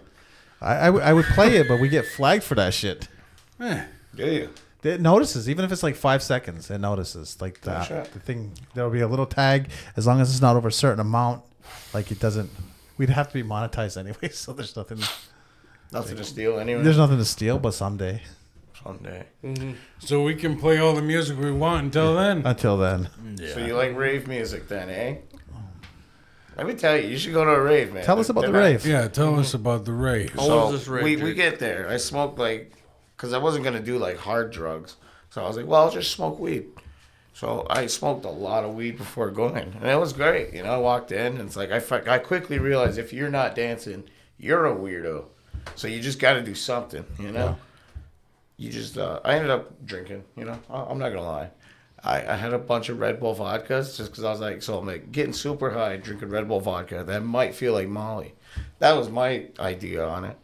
S1: I I would- I would play it, but we get flagged for that shit.
S2: Eh,
S4: Do you?
S1: It notices, even if it's like five seconds, it notices. Like the,
S4: shot.
S1: the thing, there'll be a little tag as long as it's not over a certain amount. Like it doesn't. We'd have to be monetized anyway, so there's nothing.
S4: Nothing to steal anyway.
S1: There's nothing to steal, but someday.
S4: Someday.
S3: Mm-hmm.
S2: So we can play all the music we want until then.
S1: Until then,
S4: So you like rave music then, eh? Let me tell you, you should go to a rave, man.
S1: tell us about
S4: They're
S1: the
S4: not-
S1: rave.
S2: Yeah, tell us about the race.
S3: Oh.
S4: So
S3: What was this rave,
S4: we, we
S3: Jake?
S4: get there. I smoked like, because I wasn't going to do like hard drugs. So I was like, well, I'll just smoke weed. So I smoked a lot of weed before going. And it was great. You know, I walked in and it's like, I, fu- I quickly realized if you're not dancing, you're a weirdo. So you just got to do something, you know? You just, uh, I ended up drinking, you know? I- I'm not going to lie. I, I had a bunch of Red Bull vodkas just because I was like, so I'm like getting super high, drinking Red Bull vodka. That might feel like Molly. That was my idea on it.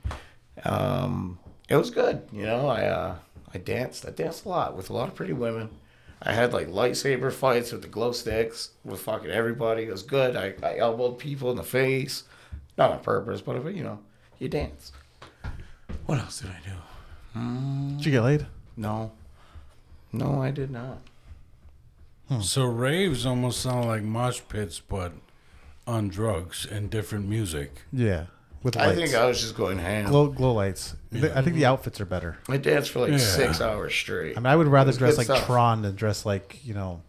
S4: Um, it was good, you know. I uh, I danced. I danced a lot with a lot of pretty women. I had like lightsaber fights with the glow sticks with fucking everybody. It was good. I, I elbowed people in the face, not on purpose, but you know, you dance. What else did I do?
S1: Did you get laid?
S4: No, no, I did not.
S2: Hmm. So raves almost sound like mosh pits, but on drugs and different music.
S1: Yeah. with
S4: I
S1: lights.
S4: think uh, I was just going ham.
S1: glow glow lights. I think the outfits are better.
S4: I danced for like
S2: Yeah.
S4: six hours straight.
S1: I mean, I would rather
S4: It's
S1: dress
S4: good
S1: like
S4: stuff.
S1: Tron than dress like you know,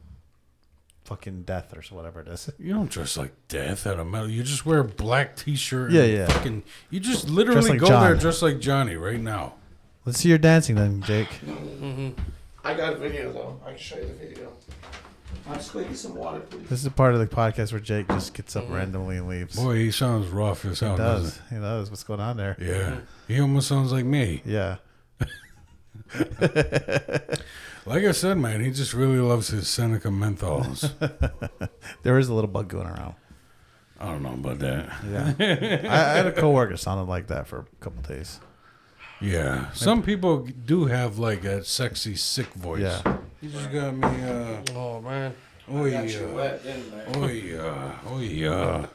S1: fucking death or so- whatever it is.
S2: You don't dress like death at a metal. You just wear a black T-shirt.
S1: Yeah,
S2: and
S1: yeah.
S2: Fucking, you just literally
S1: like
S2: go there
S1: John.
S2: dressed like Johnny right now.
S1: Let's see your dancing then, Jake.
S4: I got a video though. I can show you the video. I'm squeaking some water, please.
S1: This is part of the podcast where Jake just gets up randomly and leaves.
S2: Boy, he sounds rough as hell,
S1: does
S2: does.
S1: he knows what's going on there?
S2: not he? Yeah, he almost sounds like me.
S1: Yeah.
S2: Like I said, man, he just really loves his Seneca menthols.
S1: There is a little bug going around.
S2: I don't know about that.
S1: Yeah. I, I had a coworker sounded like that for a couple days.
S2: Yeah, some people do have like a sexy, sick voice.
S1: Yeah.
S2: you just got me. Uh,
S3: Oh man.
S2: oh
S4: Got you
S2: yeah,
S4: wet, didn't I?
S2: oh yeah, oh yeah,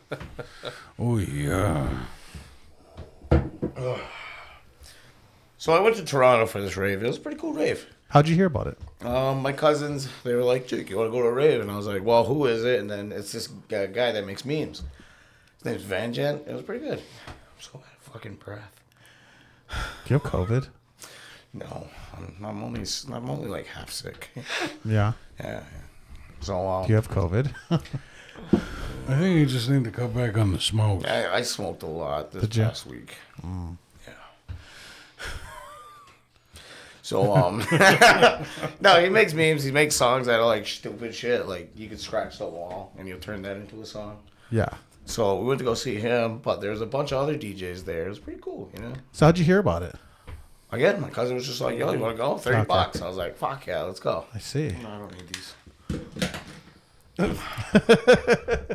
S2: oh yeah.
S4: So I went to Toronto for this rave. It was a pretty cool rave.
S1: How'd you hear about it?
S4: Um, my cousins, they were like, Jake, you want to go to a rave? And I was like, well, who is it? And then it's this guy, guy that makes memes. His name's Van Jan. It was pretty good. I'm so out of fucking breath.
S1: Do you have COVID?
S4: No, I'm, I'm only I'm only like half sick.
S1: Yeah.
S4: yeah, yeah. So um,
S1: Do you have COVID?
S2: I think you just need to cut back on the smoke.
S4: I, I smoked a lot this
S1: Did ya? Mm.
S4: past week. Yeah. so um, no, he makes memes. He makes songs that are like stupid shit. Like you could scratch the wall and you'll turn that into a song.
S1: yeah.
S4: So we went to go see him, but there's a bunch of other DJs there. It was pretty cool, you know.
S1: So how'd you hear about it?
S4: Again, my cousin was just like, "Yo, you want to go? Thirty
S1: Okay.
S4: bucks." I was like, "Fuck yeah, let's go."
S1: I see.
S4: No, I don't need these.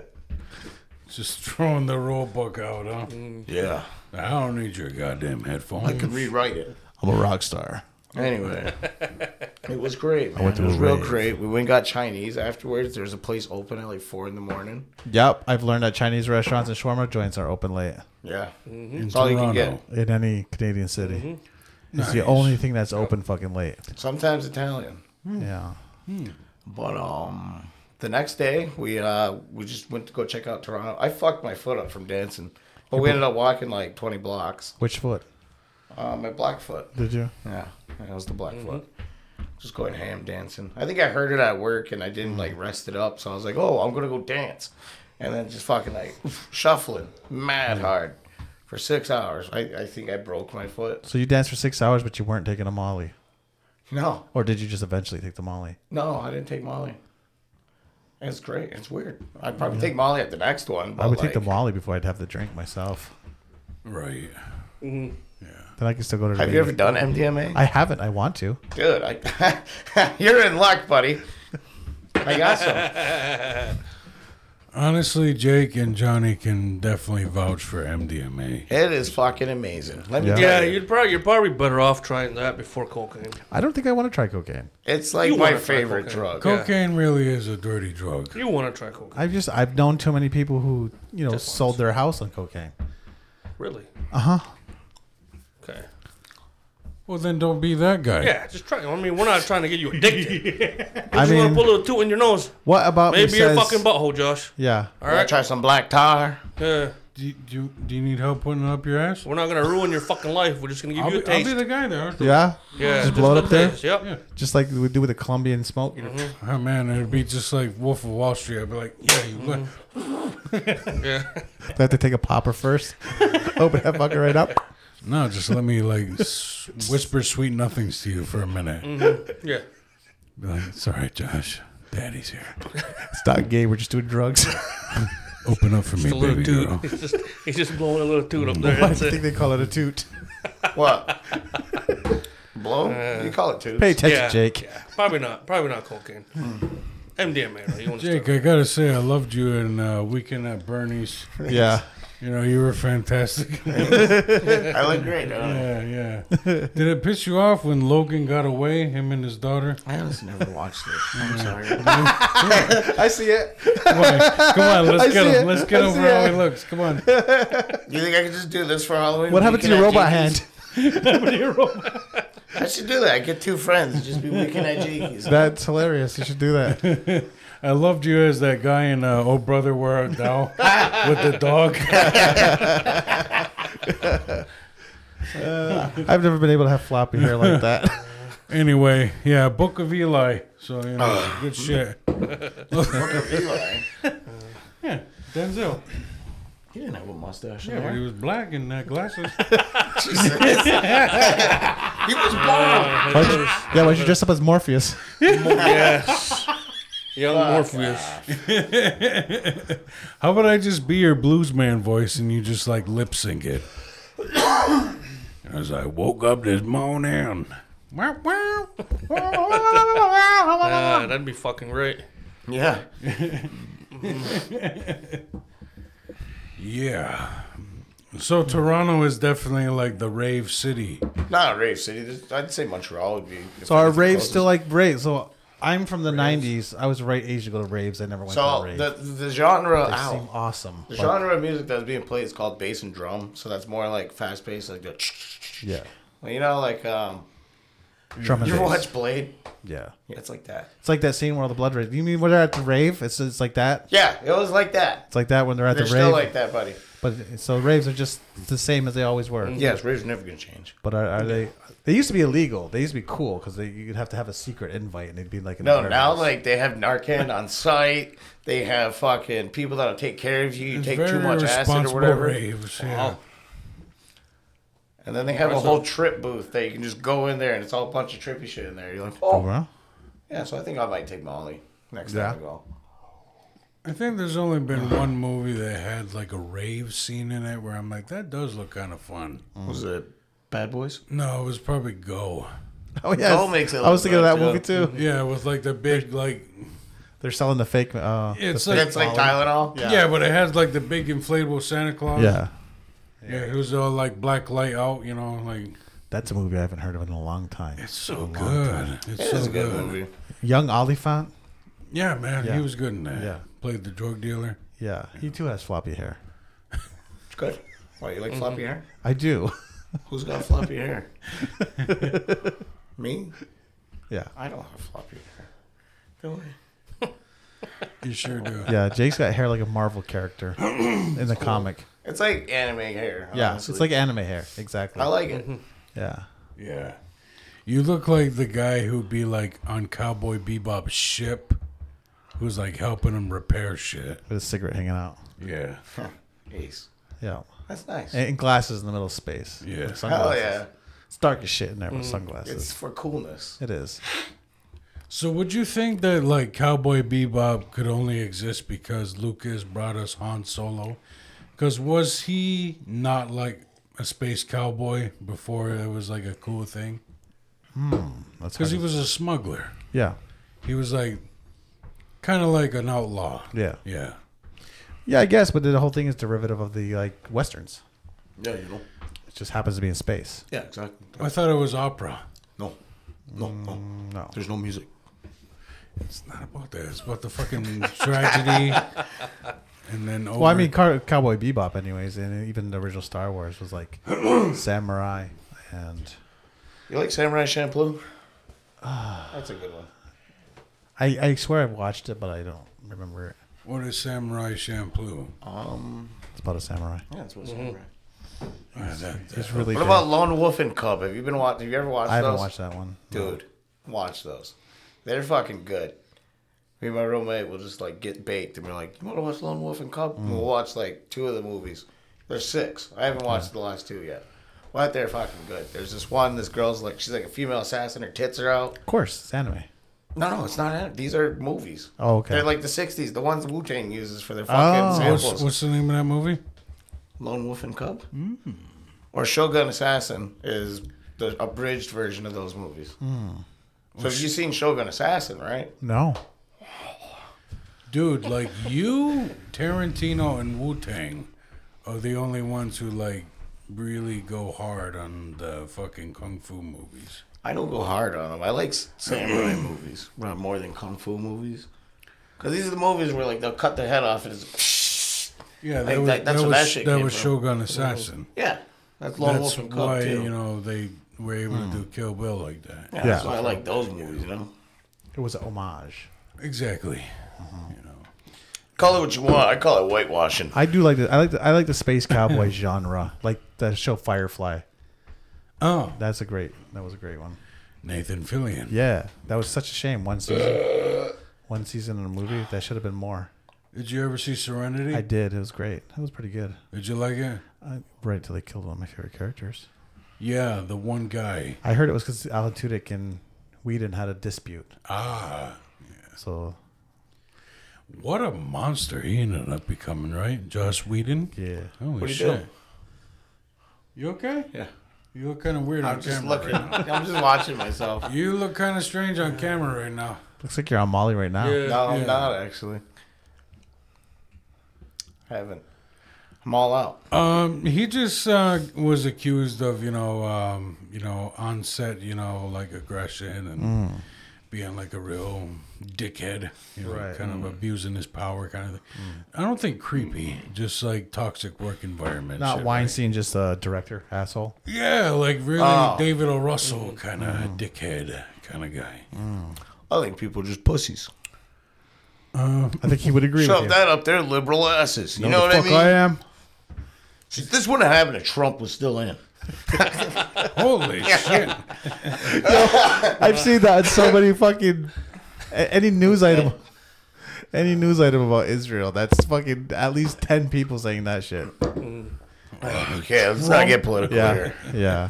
S2: Just throwing the rule book out, huh?
S4: Yeah,
S2: I don't need your goddamn headphones.
S4: I can rewrite it.
S1: I'm a rock star.
S4: Anyway, it was great. Man.
S1: went to
S4: it was
S1: a
S4: real
S1: rave.
S4: great. We went and got Chinese afterwards. There was a place open at like four in the morning.
S1: Yep. I've learned that Chinese restaurants and shawarma joints are open late
S4: Yeah,
S2: in
S4: it's all you can get.
S2: Toronto.
S1: in any Canadian city. It's the only thing that's open fucking late.
S4: Sometimes Italian,
S1: Yeah.
S4: but um, the next day we uh we just went to go check out Toronto. I fucked my foot up from dancing, but we ended up walking like twenty blocks.
S1: Which foot
S4: Uh, my black foot.
S1: did you?
S4: Yeah, that was the
S1: Mm-hmm.
S4: Blackfoot. Just going ham dancing. I think I heard it at work and I didn't
S1: Mm-hmm.
S4: like rest it up, so I was like, "Oh, I'm gonna go dance," and then just fucking like shuffling mad
S1: Mm-hmm.
S4: hard for six hours. I, I think I broke my foot.
S1: So you danced for six hours, but you weren't taking a Molly,
S4: No,
S1: or did you just eventually take the Molly?
S4: no, I didn't take Molly. It's great. It's weird. I'd probably take Molly at the next one. But
S1: I would take the
S4: Molly.
S1: Molly before I'd have the drink myself.
S2: Right.
S1: Then I can still go to. the
S4: Have you ever
S1: meeting.
S4: done MDMA?
S1: I haven't. I want to.
S4: Dude, I, you're in luck, buddy. I got some.
S2: Honestly, Jake and Johnny can definitely vouch for MDMA.
S4: It is fucking amazing. Let me
S1: Yeah.
S4: tell
S3: Yeah,
S4: you.
S3: you'd probably you're probably better off trying that before cocaine.
S1: I don't think I want to try cocaine.
S4: It's like
S3: You
S4: my
S3: wanna try
S4: favorite
S3: cocaine.
S4: drug.
S3: Yeah.
S2: Cocaine really is a dirty drug.
S3: You want to try cocaine?
S1: I've just I've known too many people who you know sold their house on cocaine.
S3: Really?
S1: Uh huh.
S3: Okay.
S2: Well, then don't be that guy.
S3: Yeah, just try. it. I mean, we're not trying to get you addicted.
S1: I
S3: I just want
S1: mean,
S3: to put a little toot in your nose.
S1: what about
S3: Maybe
S1: me
S3: your
S1: says-
S3: fucking butthole, Josh.
S1: Yeah.
S3: All
S4: Wanna
S3: right.
S4: try some black tar.
S3: Yeah.
S2: Do, you- do, you- do you need help putting it up your ass?
S3: We're not gonna ruin your fucking life. We're just gonna give
S2: I'll
S3: you a
S2: be, I'll
S3: taste.
S2: be the guy there.
S1: Yeah.
S3: yeah.
S1: Just blow it
S3: a
S1: up there.
S3: taste, Yep.
S2: Yeah.
S1: Just like we do with the Colombian smoke. you know.
S2: Oh, man, it'd be just like Wolf of Wall Street. I'd be like, yeah, you would.
S3: Yeah.
S1: They have to take a popper first. Open that fucker right up.
S2: No, just let me like s- whisper sweet nothings to you for a minute.
S3: Yeah.
S2: Be like, it's all right, Josh. Daddy's here.
S1: It's not gay. We're just doing drugs.
S2: Open up for
S3: Just a
S2: me,
S3: little
S2: baby
S3: toot.
S2: girl.
S3: He's just, he's just blowing a little toot up there.
S1: I
S3: That's
S1: think
S3: it.
S1: they call it a toot.
S4: What? Blow? you call it tubes.
S1: Pay attention,
S3: Yeah.
S1: Jake.
S3: Probably not. Probably not cocaine. MDMA. Right? You want to
S2: Jake, I gotta say, I loved you in uh, Weekend at Bernie's.
S1: Yeah.
S2: You know, you were fantastic.
S4: I look great, don't I?
S2: yeah, yeah. Did it piss you off when Logan got away, him and his daughter?
S4: I honestly never watched it. I'm sorry. I see it.
S2: Come on, come on
S1: I
S2: let's get
S1: see
S2: him.
S1: it.
S2: Let's get
S1: I
S2: him
S1: see
S2: for how
S1: it.
S2: he looks. Come on.
S4: You think I could just do this for Halloween?
S1: What happened to
S4: Weekend
S1: your
S4: at
S1: robot
S4: Jakey's?
S1: hand?
S4: I should do that. Get two friends. and Just be weekend at Jakey's.
S1: That's hilarious. You should do that.
S2: I loved you as that guy in uh, Oh Brother Where Art Thou with the dog.
S1: I've never been able to have floppy hair like that.
S2: Anyway, yeah, Book of Eli. So you know, good shit.
S4: Eli.
S2: Yeah, Denzel.
S4: He didn't have a mustache.
S2: Yeah, but he was black and uh, glasses.
S4: He was bald.
S1: Why'd you, yeah, why'd you dress up as Morpheus?
S3: Oh, yes. Young Morpheus.
S2: How about I just be your blues man voice and you just like lip sync it? As I woke up this morning. Wow, wow.
S3: Ah, that'd be fucking great.
S4: Yeah.
S2: Yeah. So Toronto is definitely like the rave city.
S4: Not a rave city. This- I'd say Montreal would be.
S1: So are raves still like raves? So I'm from the '90s. I was right age to go to raves. I never went to
S4: So
S1: a rave.
S4: the the genre.
S1: they seem
S4: Ow.
S1: awesome.
S4: The
S1: but-
S4: genre of music that's being played is called bass and drum. So that's more like fast paced, like the.
S1: yeah,
S4: You know, like um.
S1: drum and
S4: You ever
S1: bass.
S4: watch Blade?
S1: Yeah,
S4: Yeah, it's like that.
S1: it's like that scene where all the blood raves. You mean when they're at the rave? It's it's like that.
S4: Yeah, it was like that.
S1: It's like that when they're at
S4: They're
S1: the
S4: still
S1: rave.
S4: like that, buddy.
S1: but so raves are just the same as they always were.
S4: Yes, raves are never gonna change.
S1: But are, are they? They used to be illegal. They used to be cool because you'd have to have a secret invite, and they'd be like, in
S4: No,
S1: the
S4: now
S1: warehouse.
S4: like they have Narcan on site. They have fucking people that'll take care of you. You take too
S2: Very
S4: much acid or
S2: responsible
S4: whatever.
S2: Raves, yeah.
S4: And then they have a
S3: Impressive.
S4: whole trip booth that you can just go in there and it's all a bunch of trippy shit in there. You're like,
S1: Oh,
S4: oh,
S1: well,
S4: yeah. So I think I might take Molly next
S1: Yeah.
S4: time I go.
S2: I think there's only been one movie that had like a rave scene in it where I'm like, that does look kind of fun.
S4: Was it Bad Boys?
S2: No, it was probably Go.
S1: oh yes.
S4: Gold makes it
S1: I was thinking of
S4: look
S1: that
S4: good,
S1: movie too.
S2: Yeah, with like the big like
S1: They're selling the fake. Uh,
S2: it's
S1: the
S2: like
S4: That's like Tylenol.
S2: yeah. but it has like the big inflatable Santa Claus.
S1: yeah.
S2: yeah, it was all like black light out, you know, like
S1: That's a movie I haven't heard of in a long time.
S2: it's so good. It's
S4: It
S2: so
S4: is a
S2: good.
S4: good movie.
S1: Young Oliphant.
S2: Yeah, man,
S1: Yeah.
S2: he was good in that.
S1: Yeah.
S2: played the drug dealer.
S1: Yeah, he too has floppy hair.
S4: It's good. Why you like floppy hair?
S1: I do.
S4: Who's got floppy hair? Me?
S1: yeah,
S4: I don't have floppy hair. Don't worry.
S2: You sure do.
S1: yeah. Jake's got hair like a Marvel character in the comic.
S4: It's like anime hair.
S1: Yeah,
S4: honestly.
S1: it's like anime hair. Exactly.
S4: I like it.
S1: yeah.
S2: Yeah. You look like the guy who'd be like on Cowboy Bebop's ship, who's like helping him repair shit.
S1: With a cigarette hanging out.
S2: Yeah.
S4: Ace.
S1: Yeah.
S4: That's nice.
S1: And, and glasses in the middle of space.
S2: Yeah.
S1: With
S4: Hell
S1: sunglasses.
S4: yeah. Mm.
S1: It's dark as shit in there with sunglasses.
S4: It's for coolness.
S1: It is.
S2: So would you think that like Cowboy Bebop could only exist because Lucas brought us Han Solo? Because was he not like a space cowboy before it was like a cool thing?
S1: That's
S2: Because he
S1: hard
S2: was a smuggler.
S1: to- yeah.
S2: He was like kind of like an outlaw.
S1: Yeah.
S2: Yeah.
S1: Yeah, I guess, but the whole thing is derivative of the like westerns.
S4: Yeah, you know.
S1: It just happens to be in space.
S4: Yeah, exactly.
S2: I thought it was opera.
S4: No. No, no.
S1: Mm, No.
S4: There's no music.
S2: It's not about that. It's about the fucking tragedy. And then over.
S1: Well, I mean, Car- Cowboy Bebop, anyways, and even the original Star Wars was like samurai and
S4: You like Samurai Champloo? That's a good one.
S1: I, I swear I watched it, but I don't remember it.
S2: what is Samurai Champloo?
S4: Um,
S1: It's about a samurai.
S4: yeah, that's what Samurai.
S2: Ah, that- that-
S1: It's really.
S4: What
S1: good.
S4: about Lone Wolf and Cub? Have you been watching? Have you ever watched
S1: I
S4: those?
S1: haven't watched that one.
S4: Dude, watch those. They're fucking good. Me and my roommate will just like get baked and we're like, you want to watch Lone Wolf and Cub?
S1: Mm.
S4: And we'll watch like two of the movies. There's six. I haven't watched the last two yet. But they're fucking good. There's this one. This girl's like, she's like a female assassin. Her tits are out.
S1: Of course, it's anime.
S4: No, no, it's not. it. These are movies.
S1: Oh, okay.
S4: They're like the '60s, the ones Wu Tang uses for their fucking
S1: Oh.
S2: What's,
S4: samples.
S2: what's the name of that movie?
S4: Lone Wolf and Cub, Mm-hmm. or Shogun Assassin is the abridged version of those movies. So have you seen Shogun Assassin, right?
S1: No.
S2: Dude, like you, Tarantino, and Wu Tang are the only ones who like really go hard on the fucking kung fu movies.
S4: I don't go hard on them. I like s- samurai movies, not more than kung fu movies. Because these are the movies where like they'll cut their head off and it's
S2: Yeah, that
S4: Like,
S2: was
S4: that-
S2: that,
S4: that's where
S2: was,
S4: that shit
S2: that
S4: came
S2: was
S4: from.
S2: Shogun Assassin.
S4: yeah, that's Lone
S2: that's
S4: Wolf and Cub
S2: why
S4: too.
S2: you know they were able to do Kill Bill like that.
S4: yeah, that's
S1: Yeah.
S4: why I like those movies. You know,
S1: It was a homage.
S2: Mm-hmm. Exactly. You know,
S4: Call it what you want. I call it whitewashing.
S1: I do like the I like the, I like the space cowboy genre, like the show Firefly.
S2: Oh,
S1: That's a great. That was a great one.
S2: Nathan Fillion.
S1: Yeah, that was such a shame. One season, one season in a movie. That should have been more.
S2: Did you ever see Serenity?
S1: I did. It was great. That was pretty good.
S2: Did you like it?
S1: I, right until they killed one of my favorite characters.
S2: Yeah, the one guy.
S1: I heard it was because Alan Tudyk and Whedon had a dispute.
S2: Ah,
S1: So
S2: what a monster he ended up becoming, right? Joss Whedon.
S1: yeah,
S2: Holy
S4: What'd he
S2: shit.
S4: do?
S2: You okay?
S4: Yeah.
S2: You look kind of weird
S4: I'm
S2: on
S4: just
S2: camera.
S4: looking.
S2: right now.
S4: I'm just watching myself.
S2: You look kind of strange on camera right now.
S1: looks like you're on Molly right now.
S3: Yeah.
S4: No,
S2: Yeah.
S4: I'm not actually. I haven't. I'm all out.
S2: Um, he just uh, was accused of, you know, um, you know, on set, you know, like aggression and
S4: Mm.
S2: being like a real dickhead, you know,
S1: Right.
S2: kind of
S4: Mm.
S2: abusing his power, kind of thing. I don't think creepy, just like toxic work environment.
S1: Not
S2: shit, right?
S1: Weinstein, just a director asshole.
S2: Yeah, like really
S4: Oh. Mm.
S2: David O. Russell kind of dickhead kind of guy.
S4: I think people are just pussies.
S1: I think he would agree with
S4: Shove
S1: you.
S4: that up there, liberal asses. You
S1: No,
S4: know
S1: the
S4: what I
S1: fuck
S4: mean?
S1: I am.
S4: See, This wouldn't happen if Trump was still in.
S2: Holy shit!
S1: I've seen that in so many fucking a- any news item. Any news item about Israel, that's fucking at least ten people saying that shit.
S4: Okay, let's not get political
S1: Yeah,
S4: here.
S1: yeah.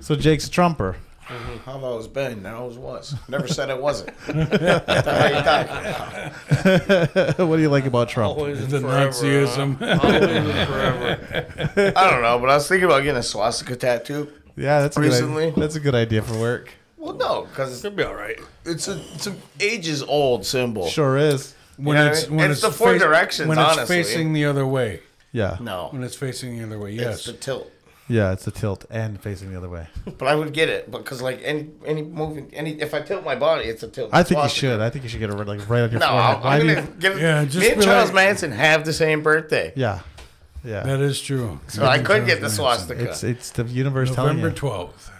S1: So Jake's a Trumper.
S4: I've always been. I always was. Never said it wasn't. That's how you talk.
S1: what do you like about
S4: Oh,
S1: Trump?
S3: Always and
S2: The
S3: forever,
S2: Nazism.
S3: huh? Always and forever.
S4: I don't know, but I was thinking about getting a swastika tattoo.
S1: Yeah, that's a good
S4: Recently?
S1: idea. that's a good idea for work.
S4: Well, no, because
S3: It'll be all right.
S4: it's a it's an ages old symbol.
S1: Sure is.
S2: When
S4: Yeah, I mean, it's the four directions,
S2: When it's
S4: honestly.
S2: facing the other way.
S1: Yeah,
S2: When
S4: No,
S2: it's facing the other way.
S4: it's
S2: Yes.
S4: the tilt.
S1: yeah. It's a tilt and facing the other way.
S4: But I would get it because like any any moving any if I tilt my body, it's a tilt.
S1: I think you
S4: swastika.
S1: should. I think you should get it right- like right on your
S4: No,
S1: forehead.
S4: I'm,
S1: Why
S4: I'm
S1: do you-
S4: gonna give.
S2: Yeah,
S4: Yeah,
S2: just
S4: me and
S2: be
S4: Charles
S2: like-
S4: Manson have the same birthday,
S1: Yeah, yeah.
S2: That is true.
S4: so I could get the swastika.
S1: it's it's the universe
S2: November
S1: telling you.
S2: twelth.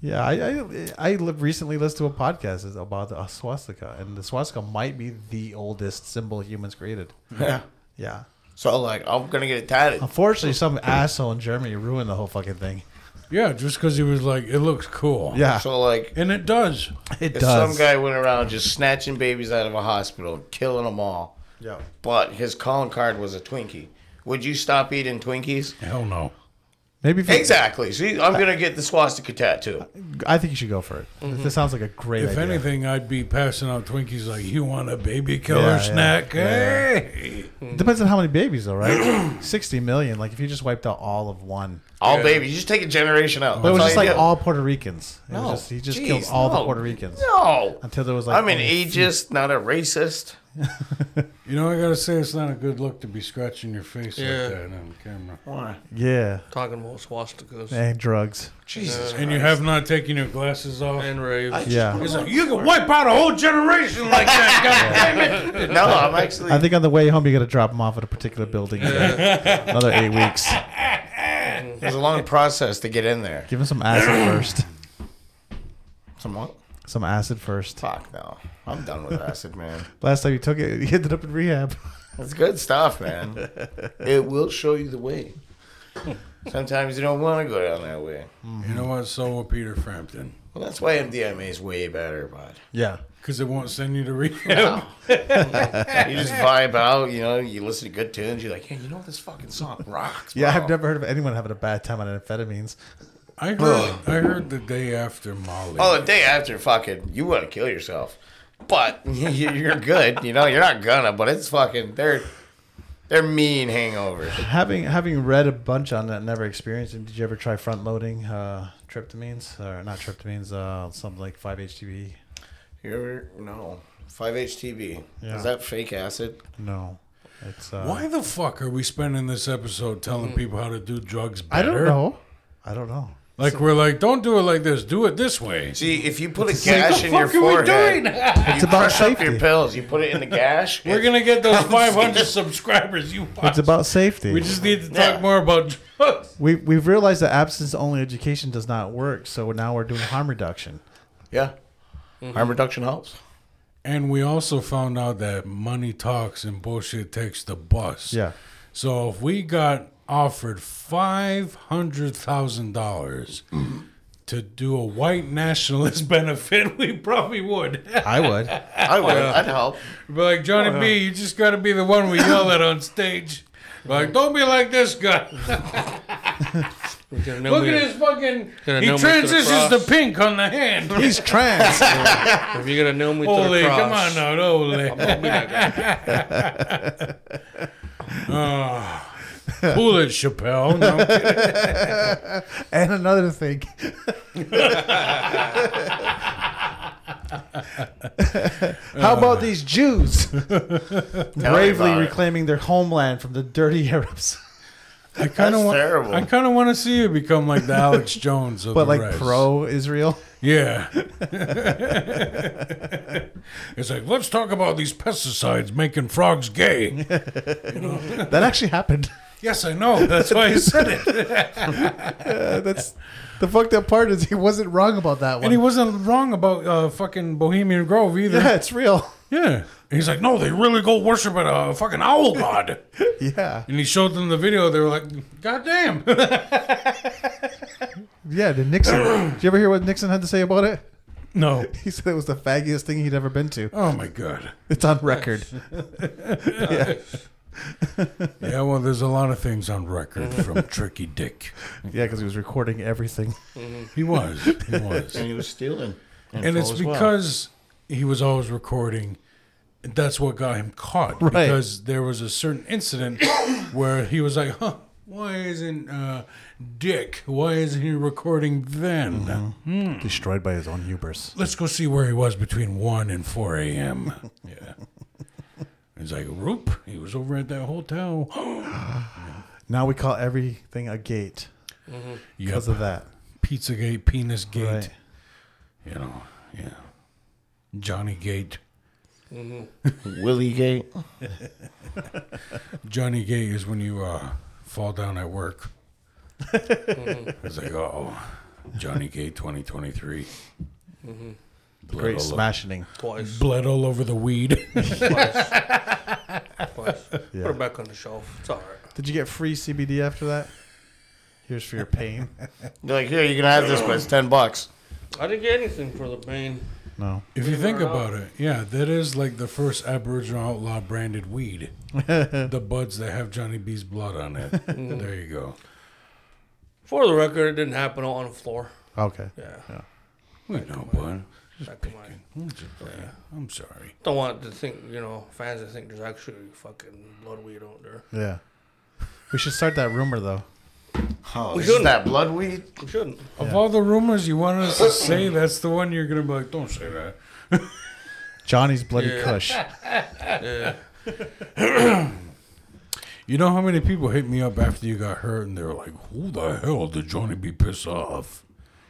S1: Yeah, I I, I li- recently listened to a podcast about the swastika, and the swastika might be the oldest symbol humans created.
S4: yeah.
S1: Yeah.
S4: So like, I'm gonna get it tatted.
S1: Unfortunately, some asshole in Germany ruined the whole fucking thing.
S2: Yeah, just because he was like, it looks cool.
S1: Yeah,
S4: So like,
S2: and it does.
S1: it
S4: if
S1: does.
S4: some guy went around just snatching babies out of a hospital, killing them all,
S1: yeah.
S4: but his calling card was a Twinkie, would you stop eating Twinkies?
S2: Hell no.
S1: Maybe if you,
S4: Exactly. See, I'm gonna get the swastika tattoo.
S1: I think you should go for it. This sounds like a great
S2: If
S1: idea.
S2: anything, I'd be passing out Twinkies like, you want a baby killer
S1: Yeah, yeah,
S2: snack?
S1: yeah.
S2: Hey.
S1: Depends on how many babies, though, right? Sixty million. Like if you just wiped out all of one,
S4: All babies, you just take a generation out.
S1: but it was
S4: That's
S1: just like
S4: you do.
S1: all Puerto Ricans. It was
S4: No,
S1: just- he just
S4: jeez,
S1: killed all the
S4: no,
S1: Puerto Ricans
S4: No,
S1: until there was like.
S4: I'm an
S1: only-
S4: ageist, not a racist.
S2: You know, I gotta say, it's not a good look to be scratching your face
S3: Yeah. Oh,
S2: like that on camera.
S4: Why?
S1: Yeah,
S3: Talking about swastikas
S1: and drugs.
S4: Jesus.
S2: And you have not taken your glasses off.
S3: and raves.
S1: Yeah,
S2: He's like, you can wipe out a whole generation like that. God damn it.
S4: No, I'm actually.
S1: I think on the way home you got to drop them off at a particular building. Another eight weeks.
S4: It was a long process to get in there.
S1: Give him some acid first.
S4: Somewhat.
S1: Some acid first.
S4: Fuck no. I'm done with acid, man.
S1: Last time you took it, you ended up in rehab.
S4: It's good stuff, man. It will show you the way. Sometimes you don't want to go down that way.
S2: You know what? So will Peter Frampton.
S4: Well, that's why MDMA is way better, bud.
S1: Yeah.
S2: Because it won't send you to rehab.
S4: You just vibe out, you know, you listen to good tunes, you're like, hey, you know, this fucking song rocks.
S1: Yeah,
S4: bro."
S1: I've never heard of anyone having a bad time on amphetamines.
S2: I heard, I heard the day after Molly.
S4: Oh, the day after, fucking, you want to kill yourself, but you- you're good. You know, you're not gonna. But it's fucking. They're they're mean hangovers.
S1: Having having read a bunch on that, never experienced it. Did you ever try front loading uh, tryptamines or not tryptamines? Uh, something like five HTB.
S4: You ever no five HTB?
S1: Yeah.
S4: Is that fake acid?
S1: No, it's uh,
S2: Why the fuck are we spending this episode telling people how to do drugs
S1: I
S2: better?
S1: don't know. I don't know.
S2: Like we're like, don't do it like this. Do it this way.
S4: See, if you put a gash in your
S2: fuck are we
S4: forehead,
S2: doing?
S4: you
S1: about
S4: crush up
S1: safety.
S4: your pills. You put it in the gash.
S2: We're gonna get those 500 subscribers. You watch.
S1: It's about safety.
S2: we
S1: We
S2: just need to talk
S4: Yeah.
S2: more about drugs.
S1: we, we've realized that absence only education does not work, so now we're doing harm reduction.
S4: Mm-hmm. yeah. Harm reduction helps.
S2: And we also found out that money talks and bullshit takes the bus.
S1: Yeah.
S2: So if we got offered five hundred thousand dollars to do a white nationalist benefit, we probably would.
S1: I would.
S4: I would. I'd help.
S2: But like Johnny B, you just got to be the one we yell at on stage. Like, don't be like this guy.
S3: Get a new
S2: Look
S3: meter.
S2: at his fucking.
S3: Gonna
S2: He
S3: nail me to the
S2: transitions to
S3: cross.
S2: pink on the hand.
S1: He's trans.
S3: If you're gonna nail me to
S2: Holy,
S3: the cross,
S2: come on now, holy.
S3: I'll be that guy.
S2: Cool Ah. it, Chappelle. No, I'm kidding.
S1: and another thing. How about these Jews bravely
S4: about it.
S1: reclaiming their homeland from the dirty Arabs,
S2: I kind of
S4: That's
S2: want.
S4: terrible.
S2: I kind of want to see you become like the Alex Jones of
S1: but
S2: the
S1: like
S2: rest.
S1: pro-Israel?
S2: Yeah. it's like let's talk about these pesticides making frogs gay.
S1: That actually happened.
S2: yes, I know. That's why I said it.
S1: Uh, that's the fucked up part is he wasn't wrong about that
S2: And he
S1: one.
S2: wasn't wrong about uh, fucking Bohemian Grove either.
S1: Yeah, it's real.
S2: Yeah. He's like, no, they really go worship at a fucking owl god.
S1: Yeah,
S2: and he showed them the video. They were like, God damn.
S1: yeah. The Nixon. Did you ever hear what Nixon had to say about it?
S2: no.
S1: He said it was the faggiest thing he'd ever been to.
S2: Oh, my God.
S1: It's on record. yeah,
S2: Yeah, well, there's a lot of things on record from Tricky Dick.
S1: yeah, because he was recording everything.
S2: He was. He was.
S4: and he was stealing.
S2: and it's
S4: as well.
S2: because he was always recording. That's what got him caught.
S1: Right.
S2: Because there was a certain incident where he was like, huh, why isn't uh, Dick, why isn't he recording then?
S1: Mm-hmm. Destroyed by his own hubris.
S2: let's go see where he was between 1 and 4 a.m. Yeah. He's like, Roop, he was over at that hotel.
S1: Now we call everything a gate
S2: yep.
S1: because of that.
S2: Pizza Gate, Penis Gate,
S1: Right.
S2: you know, yeah. Johnny Gate.
S4: Willie Gate.
S2: Johnny Gate is when you uh, fall down at work. it's like, oh, Johnny Gate 2023. Blood
S1: Great
S2: all o-
S1: smashing.
S3: Twice.
S2: Blood all over the weed.
S3: Twice. Twice.
S1: Yeah.
S3: Put it back on the shelf. It's all right.
S1: Did you get free CBD after that? Here's for your pain.
S4: They're like, here, you can have this, but it's ten bucks.
S3: I didn't get anything for the pain.
S1: No.
S2: If you think about it, yeah, that is like the first Aboriginal outlaw branded weed. the buds that have Johnny B's blood on it. there you go.
S3: For the record, it didn't happen on the floor.
S1: Okay.
S3: Yeah.
S2: We know, bud.
S3: Back of my-
S2: I'm just playing. I'm sorry.
S3: Don't want to think, you know, fans that think there's actually fucking bloodweed out there.
S1: Yeah. We should start that rumor though.
S4: Oh,
S3: We
S4: this is
S3: shouldn't.
S4: that blood weed.
S3: We shouldn't.
S2: Of all the rumors you wanted us to say, that's the one you're gonna be like, don't say that.
S1: Johnny's bloody
S3: Yeah.
S1: cush.
S3: Yeah.
S2: You know how many people hit me up after you got hurt and they were like, Who the hell did Johnny B piss off?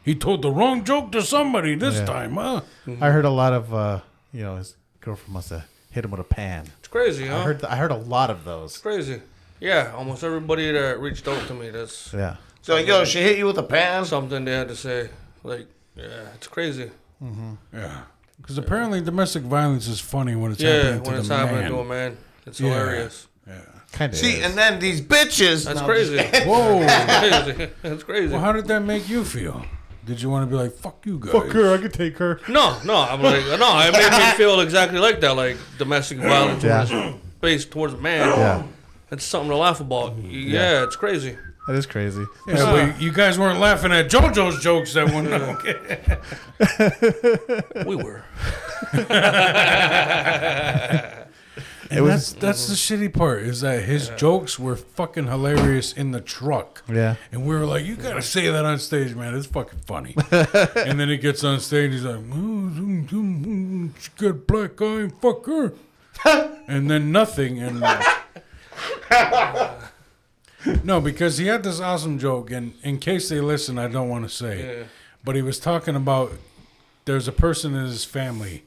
S2: He told the wrong joke to somebody this
S1: Yeah.
S2: time, huh?
S1: I heard a lot of uh, you know, his girlfriend must have hit him with a pan.
S3: It's crazy, huh?
S1: I heard th- I heard a lot of those.
S3: crazy. Yeah, almost everybody that reached out to me, that's
S1: Yeah.
S4: So like, yo, she hit you with a pan.
S3: something they had to say. Like, yeah, it's crazy.
S2: Yeah. Because apparently domestic violence is funny when it's
S3: yeah,
S2: happening to
S3: when
S2: the
S3: it's
S2: man.
S3: happening to a man, it's
S2: Yeah.
S3: hilarious.
S1: Kind of.
S4: See, and then these bitches.
S3: That's
S4: No,
S3: crazy.
S2: Whoa.
S3: That's crazy. That's crazy.
S2: Well, how did that make you feel? Did you want to be like, fuck you guys?
S1: Oh, I could take her.
S3: No, no, I'm like, no, it made me feel exactly like that, like domestic violence
S1: Yeah.
S3: based towards a man.
S1: Yeah.
S3: That's something to laugh about. Y- Yeah, it's crazy.
S1: That is crazy.
S2: Yeah, but you guys weren't laughing at JoJo's jokes that one night. Okay.
S3: We were.
S1: It was
S2: That's, that's the shitty part is that his jokes were fucking hilarious in the truck.
S1: Yeah.
S2: And we were like, you gotta say that on stage, man. It's fucking funny. and then he gets on stage, he's like, "Oh, zoom, zoom, zoom, she got a black eye, fuck her. and then nothing. And no, because he had this awesome joke, and in case they listen, I don't want to say, it,
S3: Yeah.
S2: but he was talking about there's a person in his family